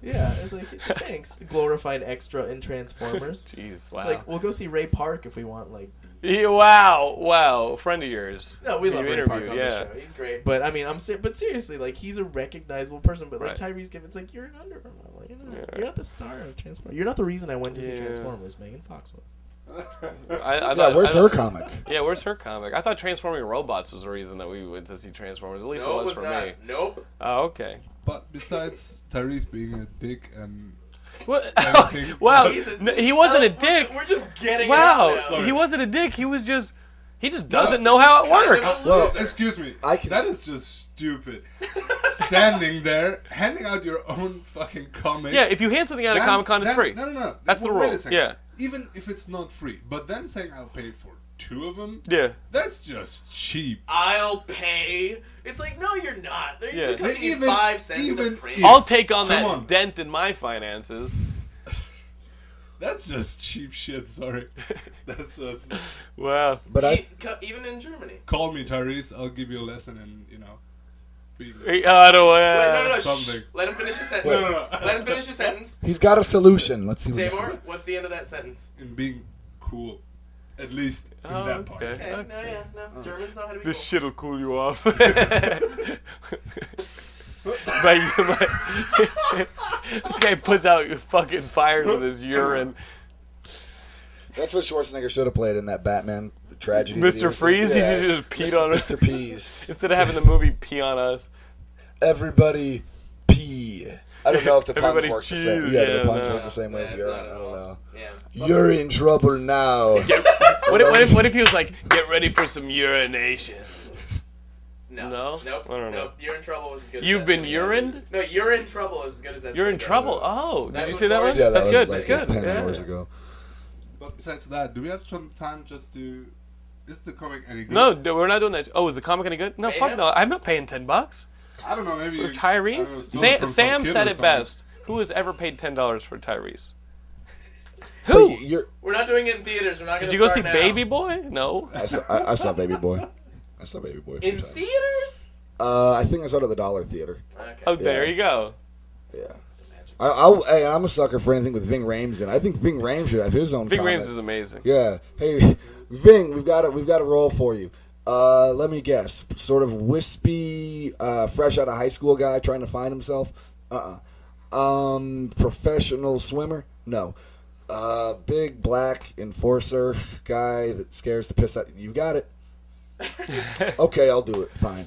D: Yeah, it's like thanks, glorified extra in Transformers.
B: *laughs* Jeez,
D: It's
B: wow.
D: like we'll go see Ray Park if we want. Like,
B: Yeah, wow, wow, friend of yours.
D: no, we
B: Who
D: love
B: you
D: Ray Park
B: interviewed,
D: on the
B: yeah.
D: show. He's great. But I mean, I'm ser- but seriously, like he's a recognizable person. But like Tyrese Givens, it's like you're an under. I'm Like, you're, not, you're not the star of Transformers. You're not the reason I went to see
B: Yeah.
D: Transformers. Megan Fox was.
B: I, I
E: Yeah,
B: thought,
E: where's
B: I
E: her
B: thought-
E: comic?
B: Yeah, where's her comic? I thought Transforming Robots was the reason that we went to see Transformers. At least
D: No,
B: it
D: it
B: was,
D: was
B: for
D: not.
B: me.
D: Nope.
B: Oh, okay.
C: But besides Tyrese being a dick and
B: What? *laughs*
C: everything-
B: Wow, n- he wasn't a dick.
D: We're just getting.
B: Wow,
C: out now.
B: he wasn't a dick. He was just, he just doesn't know how it works.
C: Well, excuse me. that is just stupid. Standing there, handing out your own fucking comic.
B: Yeah, if you hand something out at
C: then-
B: Comic-Con, it's
C: then-
B: free.
C: No, no, no.
B: That's the
C: Wait a
B: rule.
C: second.
B: Yeah.
C: Even if it's not free, but then saying I'll pay for two of them.
B: Yeah.
C: That's just cheap.
D: I'll pay. It's like no, you're not. They're
B: Yeah.
D: yeah.
B: They
C: even-
D: five cents a
C: even
D: print.
C: if-
B: I'll take on that
C: Come on.
B: dent in my finances.
C: That's just cheap
B: *laughs*
C: shit. Sorry. *laughs* That's just.
B: Wow.
E: But
D: E- co- even in Germany.
C: Call me Tyrese. I'll give you a lesson in you know. Being
B: Hey, I don't wanna-
D: Wait, no, no, no. shh.
C: Something.
D: Let him finish his sentence.
C: Wait. No, no, no.
D: Let
C: *laughs*
D: him finish his sentence.
E: He's got a solution. Let's see what he
D: Tamor,
E: says.
D: what's the end of that sentence?
C: in being cool, at least in
B: Oh,
C: that part.
B: okay.
D: Okay, no, yeah, no. Germans know how to be
B: This
D: cool.
B: shit'll cool
E: *laughs*
B: you off. *laughs* by, by, *laughs* this guy puts out fucking fires with his urine.
E: That's what Schwarzenegger should have played in that Batman tragedy. that he
B: Mr.
E: was in.
B: Freeze,
E: Yeah.
B: he just peed
E: Mr.
B: on us.
E: Mr. Peas.
B: *laughs* Instead of having the movie pee on us.
E: Everybody pee. *laughs* I don't know if the puns
B: *laughs* Everybody
E: work the
B: chew.
E: same. Yeah,
B: Yeah,
E: the puns
B: no.
E: work the same way
B: Yeah,
E: with
B: it's
E: urine.
B: not
E: I don't know.
B: Yeah.
E: You're in trouble now.
B: *laughs*
E: *laughs*
B: What if, what, if, what if he was like, get ready for some urination?
D: No.
B: No?
D: Nope.
B: I don't know.
D: Nope. You're in trouble is as good.
B: You've
D: as
B: been
D: that.
B: urined?
D: No, you're in trouble is as good as that.
B: You're in trouble. Oh, did
D: That's
B: you
D: what
B: see that
D: Corey
B: one?
D: did.
B: That's
E: that
B: good.
E: was
B: That's
E: like,
B: good.
E: Ten
B: Yeah.
E: hours ago.
C: But besides that, do we have some time just to? Is the comic any good?
B: No, no, we're not doing that. Oh, is the comic any good? No,
C: Pay
B: fuck
C: him.
B: no. I'm not paying ten bucks.
C: I don't know. Maybe
B: for
C: you- I don't know,
B: Tyrese.
C: stole
B: Sa-
C: it from some
B: Sam
C: kid or
B: said it
C: something.
B: best. Who has ever paid ten dollars for Tyrese?
E: Who?
D: We're not doing it in theaters. We're not.
B: Did
D: gonna
B: you go
D: start
B: see
D: now.
B: Baby Boy? No.
E: I saw, I, I saw Baby Boy. I saw Baby Boy. a few
D: In
E: times.
D: theaters?
E: Uh, I think I saw it at the Dollar Theater.
B: Oh, there you go.
E: Yeah. I, I'll, hey, I'm a sucker for anything with Ving Rhames in. it. I think Ving Rhames should have his own.
B: Ving
E: comic.
B: Rhames is amazing.
E: Yeah. Hey, Ving, we've got a, we've got a role for you. Uh, let me guess. Sort of wispy, uh, fresh out of high school guy trying to find himself. Uh. uh Um, professional swimmer? No. Uh, big black enforcer guy that scares the piss out. You got it. okay, I'll do it. Fine.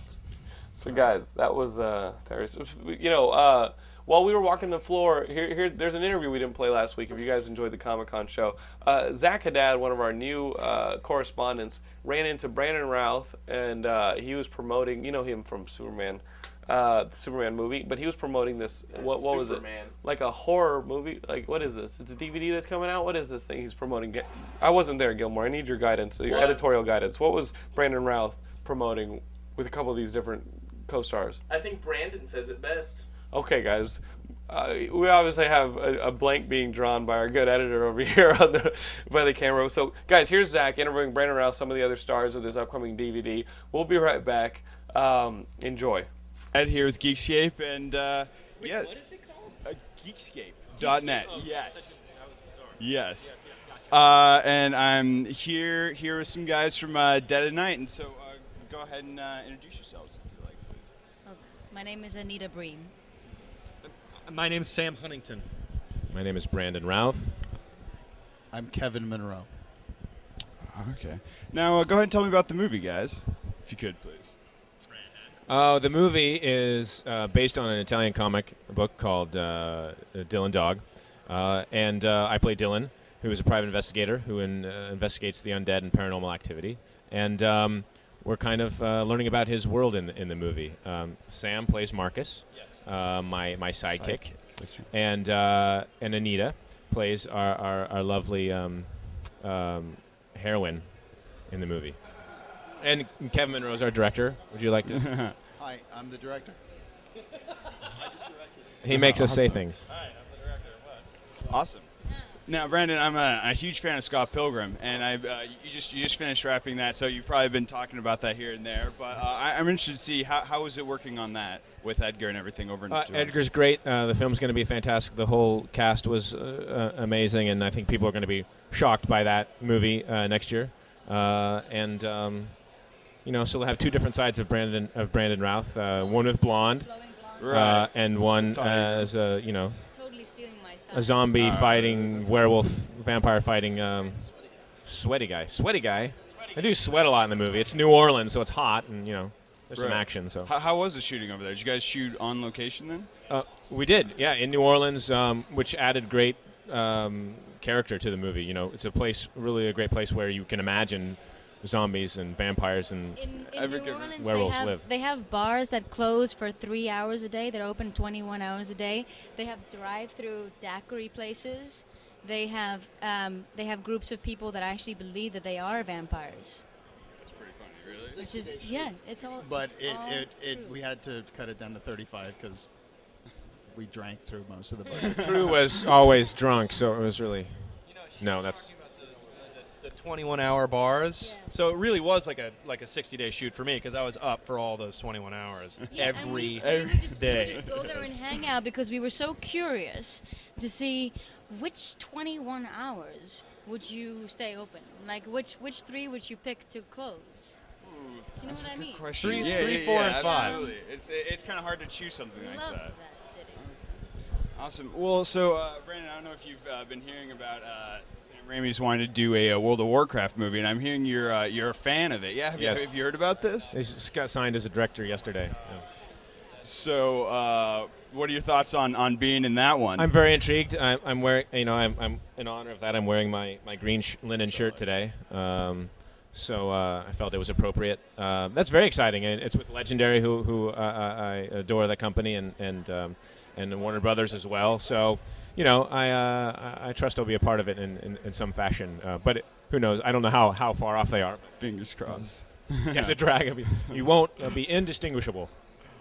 B: So guys, that was uh, Tyrese. You know, uh, while we were walking the floor, here, here, there's an interview we didn't play last week. If you guys enjoyed the Comic Con show, uh, Zach Haddad, one of our new uh, correspondents, ran into Brandon Routh, and uh, he was promoting. You know him from Superman, uh, the Superman movie, but he was promoting this. What, what was it?
D: Superman.
B: Like a horror movie? Like what is this? It's a DVD that's coming out. What is this thing he's promoting? Ga- I wasn't there, Gilmore. I need your guidance, your
D: What?
B: editorial guidance. What was Brandon Routh promoting with a couple of these different co-stars?
D: I think Brandon says it best.
B: Okay, guys. Uh, we obviously have a, a blank being drawn by our good editor over *laughs* here on the, by the camera. So, guys, here's Zach interviewing Brandon Routh, some of the other stars of this upcoming DVD. We'll be right back. Um, enjoy.
P: Ed here with Geekscape, and uh, yeah, what is it called? Uh, Geekscape.net. yes. Yes. Uh, and I'm here here with some guys from uh, Dead at Night, and so uh, go ahead and uh, introduce yourselves if you like, please.
S: My name is Anita Bream.
T: My name's Sam Huntington.
U: My name is Brandon Routh.
P: I'm Kevin Monroe.
U: Okay. Now uh, go ahead and tell me about the movie, guys, if you could, please. Uh, the movie is uh, based on an Italian comic book called uh, Dylan Dog, uh, and uh, I play Dylan, who is a private investigator who in, uh, investigates the undead and paranormal activity, and um, we're kind of uh, learning about his world in, in the movie. Um, Sam plays Marcus, yes. uh, my my sidekick,
P: Sidekick, that's right.
U: and uh, and Anita plays our our, our lovely um, um, heroine in the movie. And Kevin Monroe is our director. Would you like to?
P: Hi, I'm the director. I just directed.
U: He makes us say
P: Awesome.
U: things.
P: Hi, I'm the director.
T: Awesome. Now, Brandon, I'm a, a huge fan of Scott Pilgrim, and I uh, you just you just finished wrapping that, so you've probably been talking about that here and there. But uh, I, I'm interested to see how how is it working on that with Edgar and everything over. in
U: Uh,
T: Toronto?
U: Edgar's great. Uh, the film's going to be fantastic. The whole cast was uh, uh, amazing, and I think people are going to be shocked by that movie uh, next year. Uh, and um, you know, so we'll have two different sides of Brandon of Brandon Routh. Uh, one with blonde, uh,
S: Right.
U: and one
S: It's tight.
U: as a you know
S: Totally stealing my stuff.
U: a zombie
S: Alright,
U: fighting werewolf vampire fighting um, sweaty guy. Sweaty guy. I do sweat a lot in the movie. It's New Orleans, so it's hot, and you know there's some
T: Right.
U: action. So.
T: How, how was the shooting over there? Did you guys shoot on location then?
U: Uh, we did, yeah, in New Orleans, um, which added great um, character to the movie. You know, it's a place, really a great place where you can imagine zombies and vampires and
S: In, in
U: every
S: New Orleans, they
U: werewolves
S: have,
U: live.
S: they have bars that close for three hours a day. They're open 21 hours a day. They have drive-through daiquiri places. They have um, they have groups of people that actually believe that they are vampires.
T: That's pretty funny, really.
S: Which is yeah, it's all.
P: But
S: it's
P: it,
S: all
P: it, it
S: true.
P: we had to cut it down to 35 because *laughs* we drank through most
S: *laughs*
P: of the
T: *laughs*
U: Drew was always drunk, so it was really. No, that's
T: The 21 hour bars.
S: So
T: it really was like a like a 60 day shoot for me because I was up for all those 21 hours
S: Yeah, and
T: every
S: we- we would just- we would
T: day.
S: just go
T: *laughs*
S: there and hang out because we were so curious to see which 21 hours would you stay open? Like which which three would you pick to close?
T: Hmm.
S: Do you know what I mean?
T: Three- Yeah, three, yeah, four, yeah, and five. absolutely. It's it's kind of hard to choose something
S: We
T: like
S: love
T: that.
S: that city.
T: Awesome. Well, so uh, Brandon, I don't know if you've uh, been hearing about uh, Sam Raimi's wanting to do a, uh World of Warcraft movie, and I'm hearing you're uh, you're a fan of it. Yeah. Have,
U: Yes.
T: you, have you heard about this?
U: He just got signed as a director yesterday. yeah.
T: So, uh, what are your thoughts on on being in that one?
U: I'm very intrigued. I'm, I'm wearing, you know, I'm, I'm in honor of that. I'm wearing my my green sh- linen shirt today. Um, So uh, I felt it was appropriate. Um, that's very exciting, and it's with Legendary, who who uh, I I adore the company, and and um, and the Warner Brothers as well. So you know, I uh, I I trust I'll be a part of it in, in, in some fashion. Uh, but it, who knows? I don't know how, how far off they are.
T: Fingers crossed.
U: *laughs* it's a drag. It'll be- You won't. It'll be indistinguishable.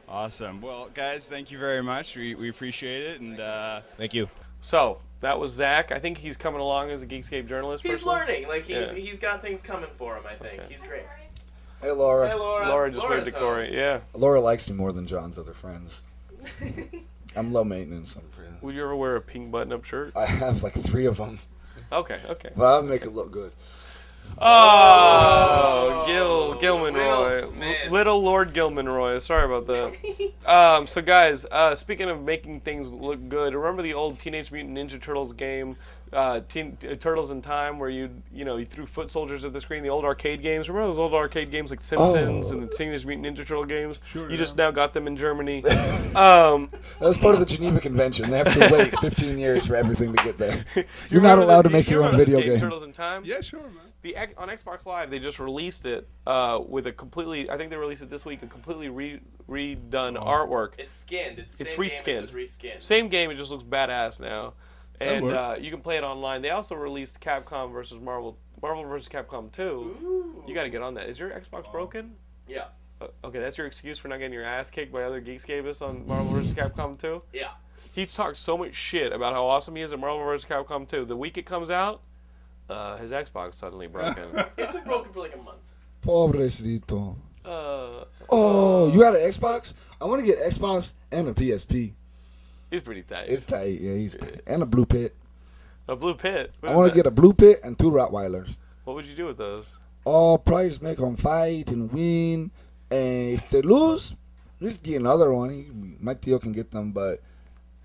T: Awesome. Well, guys, thank you very much. We, we appreciate it. And uh,
U: Thank you.
B: So that was Zach. I think he's coming along as a Geekscape journalist.
D: He's
B: personally.
D: learning. Like he's
B: Yeah.
D: he's got things coming for him. I think he's great.
E: Hey, Laura.
D: Hey, Laura.
B: Laura just
D: Laura's
B: waved to Corey. Yeah.
E: Laura likes me more than John's other friends. I'm low maintenance. I'm pretty.
B: Would you ever wear a pink button-up shirt?
E: I have like three of them.
B: Okay. Okay.
E: But I'll make it look good.
B: Oh, Gil Gilmanroy,
D: Smith.
B: little Lord Gilmanroy. Sorry about that. um, so guys, uh, speaking of making things look good, remember the old Teenage Mutant Ninja Turtles game, uh, teen, uh, Turtles in Time, where you you know you threw foot soldiers at the screen. The old arcade games. Remember those old arcade games like Simpsons
E: Oh.
B: and the Teenage Mutant Ninja Turtle games? Sure. You just now got them
E: *laughs*
B: in Germany. um,
E: That was part of the Geneva Convention. They have to
B: *laughs*
E: wait 15 years for everything to get there. You're not allowed to make your own video
B: game.
E: games.
B: Turtles in Time. Yeah,
C: sure, man.
B: The X- on Xbox Live, they just released it uh, with a completely. I think they released it this week. A completely re, redone artwork.
D: It's skinned. It's the
B: it's
D: same game,
B: reskinned.
D: it's just reskinned.
B: Same game. It just looks badass now,
D: That
B: and
D: works.
B: uh, you can play it online. They also released Capcom versus Marvel. Marvel versus Capcom 2. You got to get on that. Is your Xbox broken?
D: Yeah.
B: Uh, Okay, that's your excuse for not getting your ass kicked by other Geekscapists on Marvel vs. Capcom 2?
D: Yeah.
B: He's talked so much shit about how awesome he is at Marvel vs. Capcom 2. The week it comes out, uh, his Xbox suddenly
D: *laughs*
B: broken.
D: It's been broken for like a month.
E: Pobrecito.
B: Uh,
E: Oh, you got an Xbox? I want to get Xbox and a PSP.
B: he's pretty tight.
E: It's tight. Yeah, he's tight. And a blue pit.
B: a blue pit. What
E: I
B: is
E: want
B: that?
E: to get a blue pit and two Rottweilers.
B: What would you do with those?
E: All players make them fight and win. And if they lose, just get another one. He- My Tio can get them, but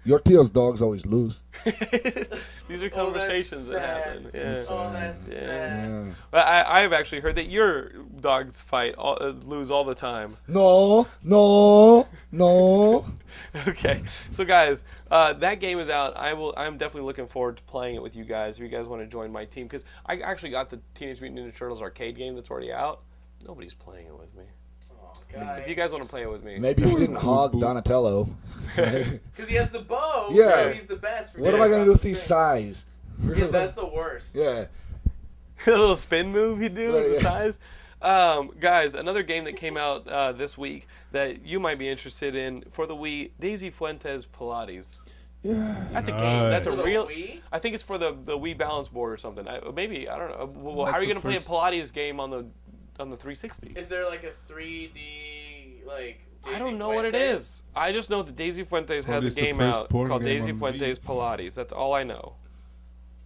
E: your Tio's dogs always lose.
B: These are conversations that happen. Yeah.
D: Oh, that's
B: Yeah.
D: sad.
B: Well, I, I've actually heard that your dogs fight, all, uh, lose all the time.
E: No, no, no.
B: okay so guys uh, that game is out i will i'm definitely looking forward to playing it with you guys if you guys want to join my team because i actually got the teenage mutant ninja turtles arcade game that's already out nobody's playing it with me
D: Oh,
B: if you guys want to play it with me
E: Maybe if you
B: *laughs*
E: didn't hog Donatello.
D: Because he has the bow.
E: yeah.
D: So he's the best. For
E: what am I gonna do with these size?
D: Yeah, that's the worst.
E: Yeah.
B: *laughs* a little spin move you do
E: Right,
B: with
E: yeah.
B: the size. Um, guys, another game that came out uh, this week that you might be interested in for the Wii, Daisy Fuentes Pilates.
E: Yeah.
B: That's a game. That's a
D: For the
B: real.
D: Wii?
B: I think it's for the the Wii Balance Board or something. I, maybe I don't know. Well, how
D: That's
B: are
D: the
B: you gonna play a
D: first-
B: Pilates game on the on the 360?
D: Is there like a 3D like?
B: I don't know what it is. I just know that Daisy Fuentes has
C: Probably it's
B: a
C: the
B: game
C: first
B: out
C: porn
B: called
C: game
B: Daisy
C: on
B: Fuentes Pilates. That's all I know.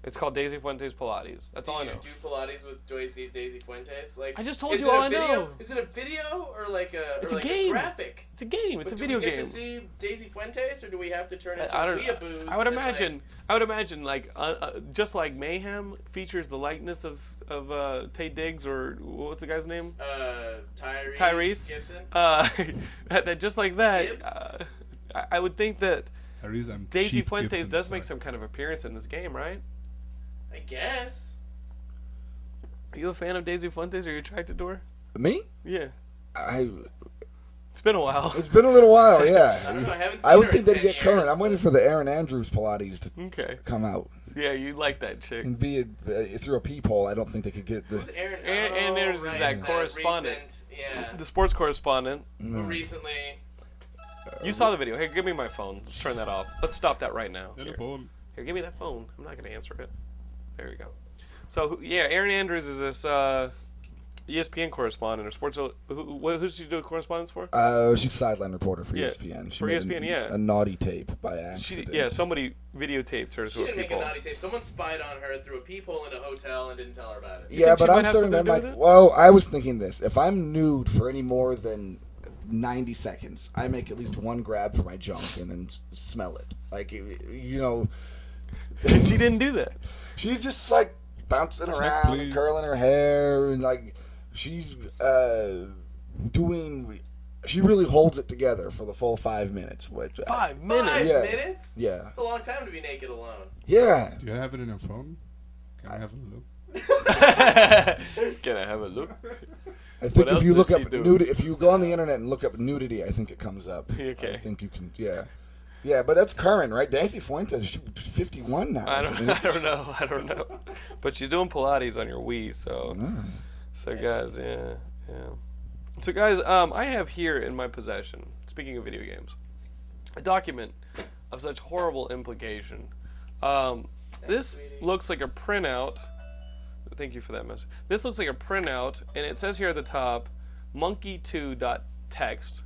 B: It's called Daisy Fuentes Pilates. That's all I
D: Do
B: know.
D: you do Pilates with Daisy Daisy Fuentes? Like
B: I just told
D: is
B: you
D: it a
B: all I
D: video?
B: know.
D: Is it a video or like a?
B: It's
D: or
B: a
D: like
B: game.
D: graphic.
B: It's a game.
D: But
B: It's a
D: do
B: video
D: we get
B: game.
D: to see Daisy Fuentes, or do we have to turn into
B: I, I don't.
D: weeaboos?
B: I would
D: and, like-
B: imagine. I would imagine like uh, uh, just like Mayhem features the likeness of of uh, Tay Diggs or what's the guy's name?
D: uh, Tyrese,
B: Tyrese
D: Gibson.
B: Uh, *laughs* that, that just like that. Uh, I, I would think that
C: Tyrese, I'm
B: Daisy
C: cheap
B: Fuentes
C: Gibson,
B: does make some kind of appearance in this game, right?
D: I guess.
B: Are you a fan of Daisy Fuentes? Are you attracted to her?
E: Me?
B: Yeah.
E: I.
B: It's been a while. *laughs*
E: It's been a little
D: *laughs*
E: while,
B: I
E: yeah.
B: don't know, I haven't
E: would
B: seen her
E: think
B: in
E: they'd
B: 10
E: get current. I'm waiting for the Aaron Andrews Pilates to
B: Okay.
E: come out
B: Yeah, you like that chick.
E: and be a, uh, through a peephole. I don't think they could get the.
D: Aaron,
B: and, and there's
D: right,
B: that
D: that
B: correspondent,
D: recent- yeah.
B: the sports correspondent.
E: Mm-hmm.
D: Who recently?
B: You saw the video. Here, give me my phone. Let's turn that off. Let's stop that right now. Here, Here, give me that phone. I'm not going to answer it. There we go. So, who- yeah, Aaron Andrews is this uh, ESPN correspondent or sports. Who, who, who's she doing correspondence for?
E: Uh, she's sideline reporter for E
B: Yeah,
E: ESPN. She
B: for E
E: made
B: ESPN,
E: a,
B: yeah.
E: a naughty tape by
B: She,
E: accident.
B: yeah, somebody videotaped her.
D: She
B: to
D: didn't make a
B: people.
D: naughty tape. Someone spied on her through a peephole in a hotel and didn't tell her about it.
E: yeah, but I'm certain that might. Well, I was thinking this: if I'm nude for any more than 90 seconds, I make at least one grab for my junk and then s- smell it. Like y- you know,
B: *laughs* she didn't do that.
E: She's just like bouncing
C: Check,
E: around, and
C: please.
E: curling her hair, and like she's uh, doing. She really holds it together for the full five minutes. Which I-
B: Five
D: Minutes. Five
E: Yeah.
D: minutes.
E: Yeah.
B: *laughs*
D: It's a long time to be naked alone.
E: Yeah.
C: Do you have it in your phone? Can I have a look?
B: *laughs* Can I have a look?
E: I
B: What
E: think
B: else
E: if you
B: does
E: look
B: she
E: up
B: do?
E: nudity, if you go on the internet and look up nudity, I think it comes
B: *laughs*
E: up.
B: Okay.
E: I think you can, yeah, yeah. But that's current, right? Daisy Fuentes, she's fifty-one now.
B: I
E: or
B: don't,
E: something.
B: I don't *laughs* know. I don't know. But you're doing Pilates on your Wii, so. So, guys, yeah. Yeah. So, guys, um, I have here in my possession, speaking of video games, a document of such horrible implication. Um, this looks like a printout. Thank you for that message. This looks like a printout, and it says here at the top monkey2.text.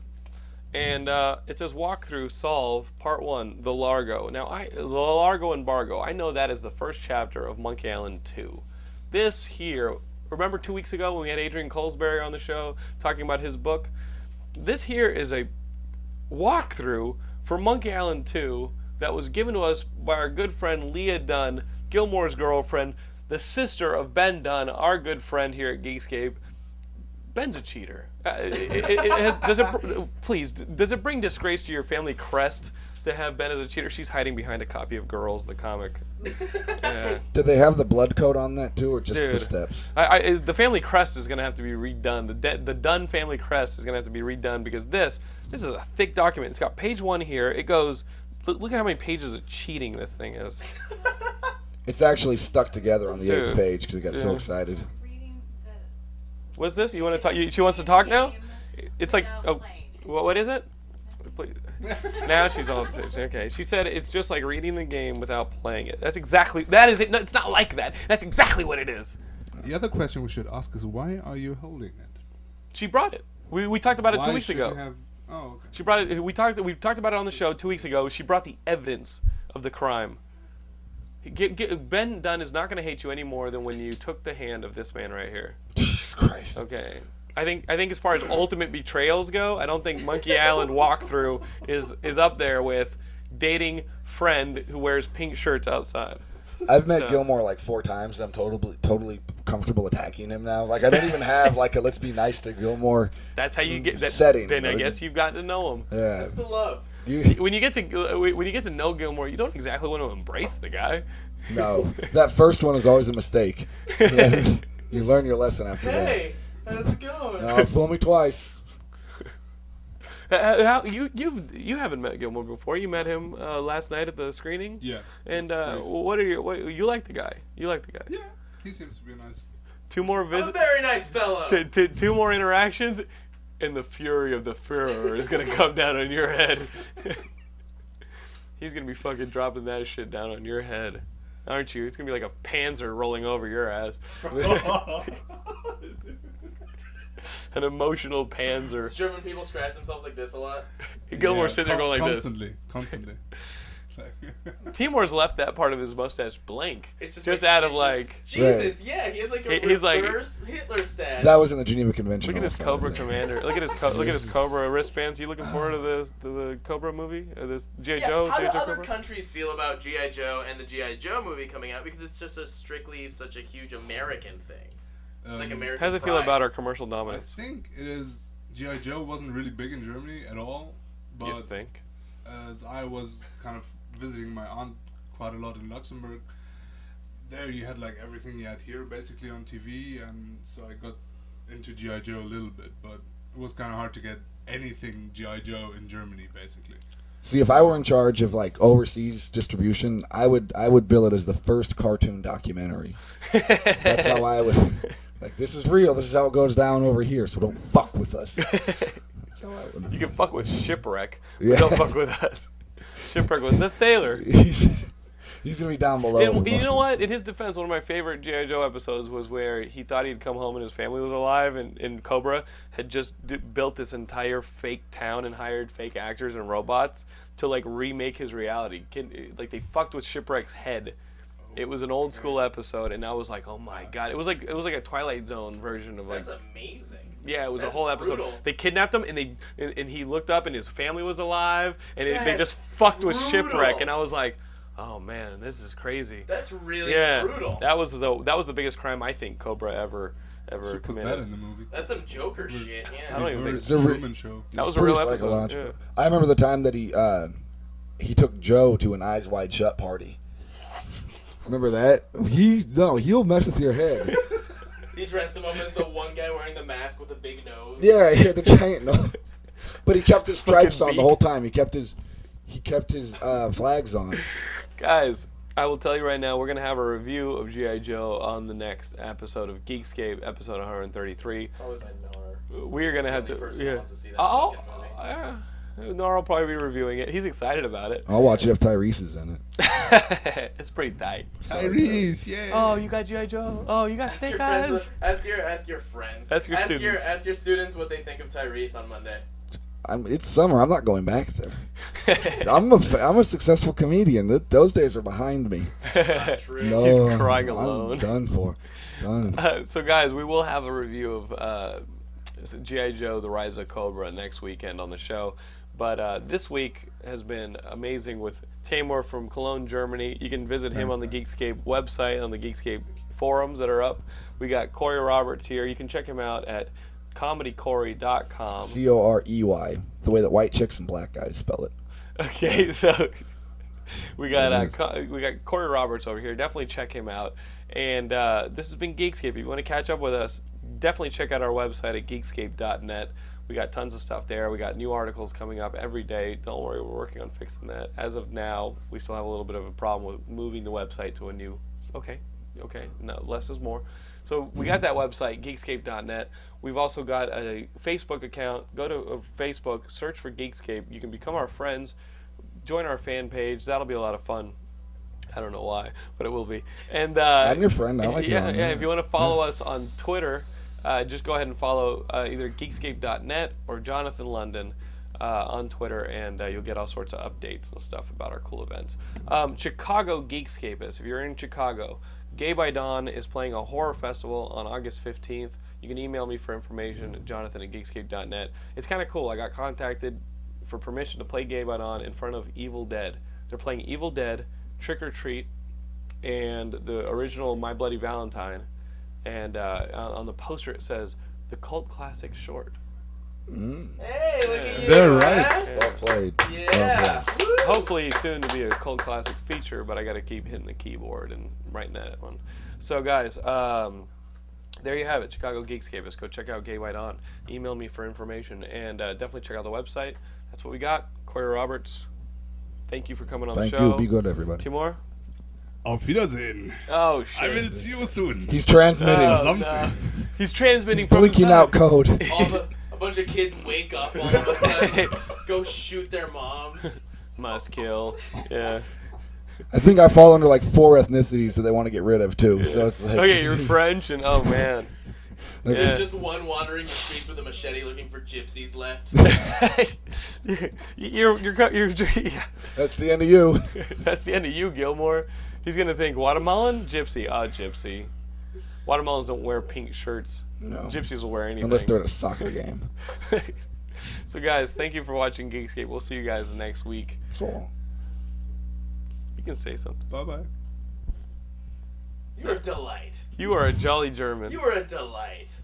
B: And uh, it says walkthrough solve part one, the Largo. Now, I the Largo embargo. I know that is the first chapter of Monkey Island 2. This here, remember two weeks ago when we had Adrian Colesbury on the show talking about his book? This here is a walkthrough for Monkey Island 2 that was given to us by our good friend Leah Dunn, Gilmore's girlfriend, the sister of Ben Dunn, our good friend here at Geekscape. Ben's a cheater. Uh, it, it, it has, does it, br- please, does it bring disgrace to your family crest to have Ben as a cheater? She's hiding behind a copy of Girls, the comic. Yeah.
E: Do they have the blood coat on that too, or just the
B: Dude,
E: steps?
B: I, I, the family crest is going to have to be redone. The De- the Dunn family crest is going to have to be redone because this this is a thick document. It's got page one here. It goes. Look, look at how many pages of cheating this
E: *laughs*
B: thing is.
E: It's actually stuck together on the
B: Dude.
E: eighth page because we got so
B: Yeah.
E: excited.
B: What's this? You want to talk? You, she wants to talk now. It's like oh, what, what is it?
E: *laughs*
B: Please. now she's all okay. She said it's just like reading the game without playing it. That's exactly that is it. No, it's not like that. That's exactly what it is.
C: The other question we should ask is why are you holding it?
B: She brought it. We, we talked about it two
C: Why
B: weeks
C: should
B: ago.
C: we have- oh, okay.
B: She brought it. We talked. We talked about it on the show two weeks ago. She brought the evidence of the crime. Get, get, ben Dunn is not going to hate you any more than when you took the hand of this man right here. Jesus
E: Christ.
B: Okay. I think I think as far as ultimate betrayals go, I don't think Monkey *laughs* Island walkthrough is is up there with dating friend who wears pink shirts outside.
E: I've met
B: So-
E: Gilmore like four times. I'm totally totally comfortable attacking him now. Like I don't even have like a let's be nice to Gilmore.
B: That's how you get that
E: setting.
B: Then I
E: Like,
B: guess you've got to know him.
E: Yeah. That's the
B: love.
E: You-
B: when you get to uh, when you get to know Gilmore, you don't exactly want to embrace the guy. *laughs*
E: No, that first one is always a mistake. *laughs* And you learn your lesson after
D: Hey, how's it going?
E: that. No, fool me twice.
B: Uh, How, you you you haven't met Gilmore before. You met him uh, last night at the screening.
C: Yeah,
B: And uh, what are your what you like the guy? You like the guy?
C: Yeah. He seems to be nice.
B: Two more
D: I'm a
B: visits.
D: very nice fellow.
B: T- t- two more interactions, and the fury of the Führer is gonna come down on your head. *laughs* He's gonna be fucking dropping that shit down on your head, aren't you? It's gonna be like a Panzer rolling over your ass. *laughs* An emotional Panzer.
D: German people scratch themselves like this a lot.
B: *laughs* Gilmore's sitting there going like this. *laughs*
C: constantly, Constantly,
E: *laughs*
C: constantly.
B: Timor's left that part of his mustache blank.
D: It's just
B: just
D: like-
B: out of
D: it's
B: like
D: Jesus, yeah, he has like a
B: He- he's like-
D: reverse Hitler stash.
E: That was in the Geneva Convention.
B: Look at his
E: also, I
B: Cobra
E: think.
B: Commander. Look at his co- look at his Cobra wristbands. You looking forward to the to the Cobra movie? Or this GI
D: Yeah,
B: Joe?
D: how do
B: G.I. Joe
D: other
B: Cobra?
D: countries feel about G.I. Joe and the G.I. Joe movie coming out? Because it's just a strictly such a huge American thing. It's like
C: Um,
D: American
B: How does it feel
D: pride.
B: about our commercial
C: I
B: dominance?
C: think it is. GI Joe wasn't really big in Germany at all, but
B: You think?
C: as I was kind of visiting my aunt quite a lot in Luxembourg, there you had like everything you had here basically on TV, and so I got into GI Joe a little bit, but it was kind of hard to get anything GI Joe in Germany basically.
E: See, if I were in charge of like overseas distribution, I would I would bill it as the first cartoon documentary. That's how I would. Like this is real. This is how it goes down over here. So don't fuck with
B: *laughs*
E: us.
B: You can fuck with Shipwreck, but
E: Yeah.
B: don't fuck with us. Shipwreck was the
E: *laughs*
B: Thaler.
E: he's, he's gonna be down below.
B: And
E: with
B: you
E: most
B: know
E: of-
B: what? In his defense, one of my favorite G.I. Joe episodes was where he thought he'd come home and his family was alive, and, and Cobra had just d- built this entire fake town and hired fake actors and robots to like remake his reality. Can, like they fucked with Shipwreck's head. It was an old school episode, and I was like, "Oh my god!" It was like it was like a Twilight Zone version of like
D: That's amazing.
B: yeah, it was
D: That's
B: a whole episode.
D: brutal.
B: They kidnapped him, and they and, and he looked up, and his family was alive, and it, they
D: That's
B: just fucked with shipwreck.
D: brutal.
B: And I was like, "Oh man, this is crazy."
D: That's really
B: yeah,
D: brutal.
B: That was the that was the biggest crime I think Cobra ever ever
C: Should put
B: committed.
C: that in the movie.
D: That's some Joker shit. Yeah.
B: I don't even think
E: It's a re-
B: That
E: it's
B: was a real
E: pretty
B: episode.
E: psychological.
B: yeah.
E: I remember the time that he uh, he took Joe to an Eyes Wide Shut party. Remember that? He no, he'll mess with your
B: *laughs*
E: head.
D: He dressed him up as the one guy wearing the mask with the big nose.
E: yeah, he had the giant nose. But he kept his stripes on the whole time. He kept his he kept his uh, flags on.
B: Guys, I will tell you right now, we're going to have a review of G.I. Joe on the next episode of Geekscape, episode 133. We are going to have to. Yeah. I'll, uh, Nar will probably be reviewing it. He's excited about it.
E: I'll watch it if Tyrese is in it.
B: *laughs* it's pretty tight.
C: Tyrese, yeah.
B: Oh, you got G.I. Joe? Oh, you got
D: Ask
B: Snake
D: your, friends,
B: Eyes?
D: what- ask your ask your friends.
B: Ask your students.
D: ask your students what they think of Tyrese on Monday.
E: I'm, it's summer. I'm not going back
B: *laughs*
E: there. I'm a fa- I'm a successful comedian. Th- those days are behind me. No,
B: He's crying
E: I'm
B: alone.
E: done for. Done.
B: *laughs* Uh, so, guys, we will have a review of uh, is it G.I. Joe, The Rise of Cobra next weekend on the show. But uh, this week has been amazing with Tamor from Cologne, Germany. You can visit him
C: Thanks,
B: on the Geekscape website, on the Geekscape forums that are up. We got Corey Roberts here. You can check him out at comedycorey.com.
E: C O R E Y, the way that white chicks and black guys spell it.
B: Okay, *laughs* so we got uh, Co- we got Corey Roberts over here. Definitely check him out. And uh, this has been Geekscape. If you want to catch up with us, definitely check out our website at geekscape.net. We got tons of stuff there. We got new articles coming up every day. Don't worry, we're working on fixing that. As of now, we still have a little bit of a problem with moving the website to a new. Okay, okay, no, less is more. So we got that website, geekscape.net. We've also got a Facebook account. Go to uh, Facebook, search for Geekscape. You can become our friends join our fan page. That'll be a lot of fun. I don't know why, but it will be. And uh,
E: I'm your friend. I like you
B: *laughs* yeah,
E: on
B: yeah.
E: there.
B: If you want
E: *laughs*
B: to follow us on Twitter, uh, just go ahead and follow uh, either Geekscape.net or Jonathan London uh, on Twitter, and uh, you'll get all sorts of updates and stuff about our cool events. Um, Chicago Geekscape is if you're in Chicago. Gay by Dawn is playing a horror festival on August 15th. You can email me for information at jonathan at geekscape.net. It's kind of cool. I got contacted for permission to play Gay by Dawn in front of Evil Dead. They're playing Evil Dead, Trick or Treat, and the original My Bloody Valentine. And uh, on on the poster it says, the cult classic short.
E: Mm.
D: Hey, look at you.
E: They're right.
D: huh?
E: Well played.
D: Yeah.
B: Hopefully soon to be a cult classic feature, but I got to keep hitting the keyboard and writing that one. So guys, um, there you have it. Chicago Geekscape. Us go check out Gay White On. Email me for information and uh, definitely check out the website. That's what we got. Corey Roberts, thank you for coming on
E: Thank
B: the
E: you.
B: show.
E: Be good, everybody.
B: Two more.
C: Auf Wiedersehen.
B: Oh shit.
C: I will see you soon.
E: He's transmitting.
B: Oh,
C: Something.
B: no. He's transmitting
E: He's
B: from the
E: blinking out
B: side. *laughs*
E: code.
D: All of a, a bunch of kids wake up all of a sudden, go shoot their moms.
B: *laughs* Must kill. Yeah.
E: I think I fall under like four ethnicities that they want to get rid of too. So it's like
B: oh yeah, you're French and oh man.
E: Like-
D: There's
B: Yeah.
D: just one wandering the streets with a machete looking for gypsies
B: *laughs*
D: left.
B: you're you're, co- you're *laughs* yeah.
E: That's the end of you.
B: *laughs* That's the end of you, Gilmore. He's gonna think Guatemalan, Gypsy, ah, Gypsy. Guatemalans don't wear pink shirts.
E: No.
B: Gypsies will wear anything.
E: unless they're at a
B: *laughs*
E: soccer game.
B: so guys, thank you for watching Geekscape. We'll see you guys next week.
E: So
B: You can say something.
C: Bye bye.
D: You're a delight.
B: You are a jolly German.
D: You are a delight.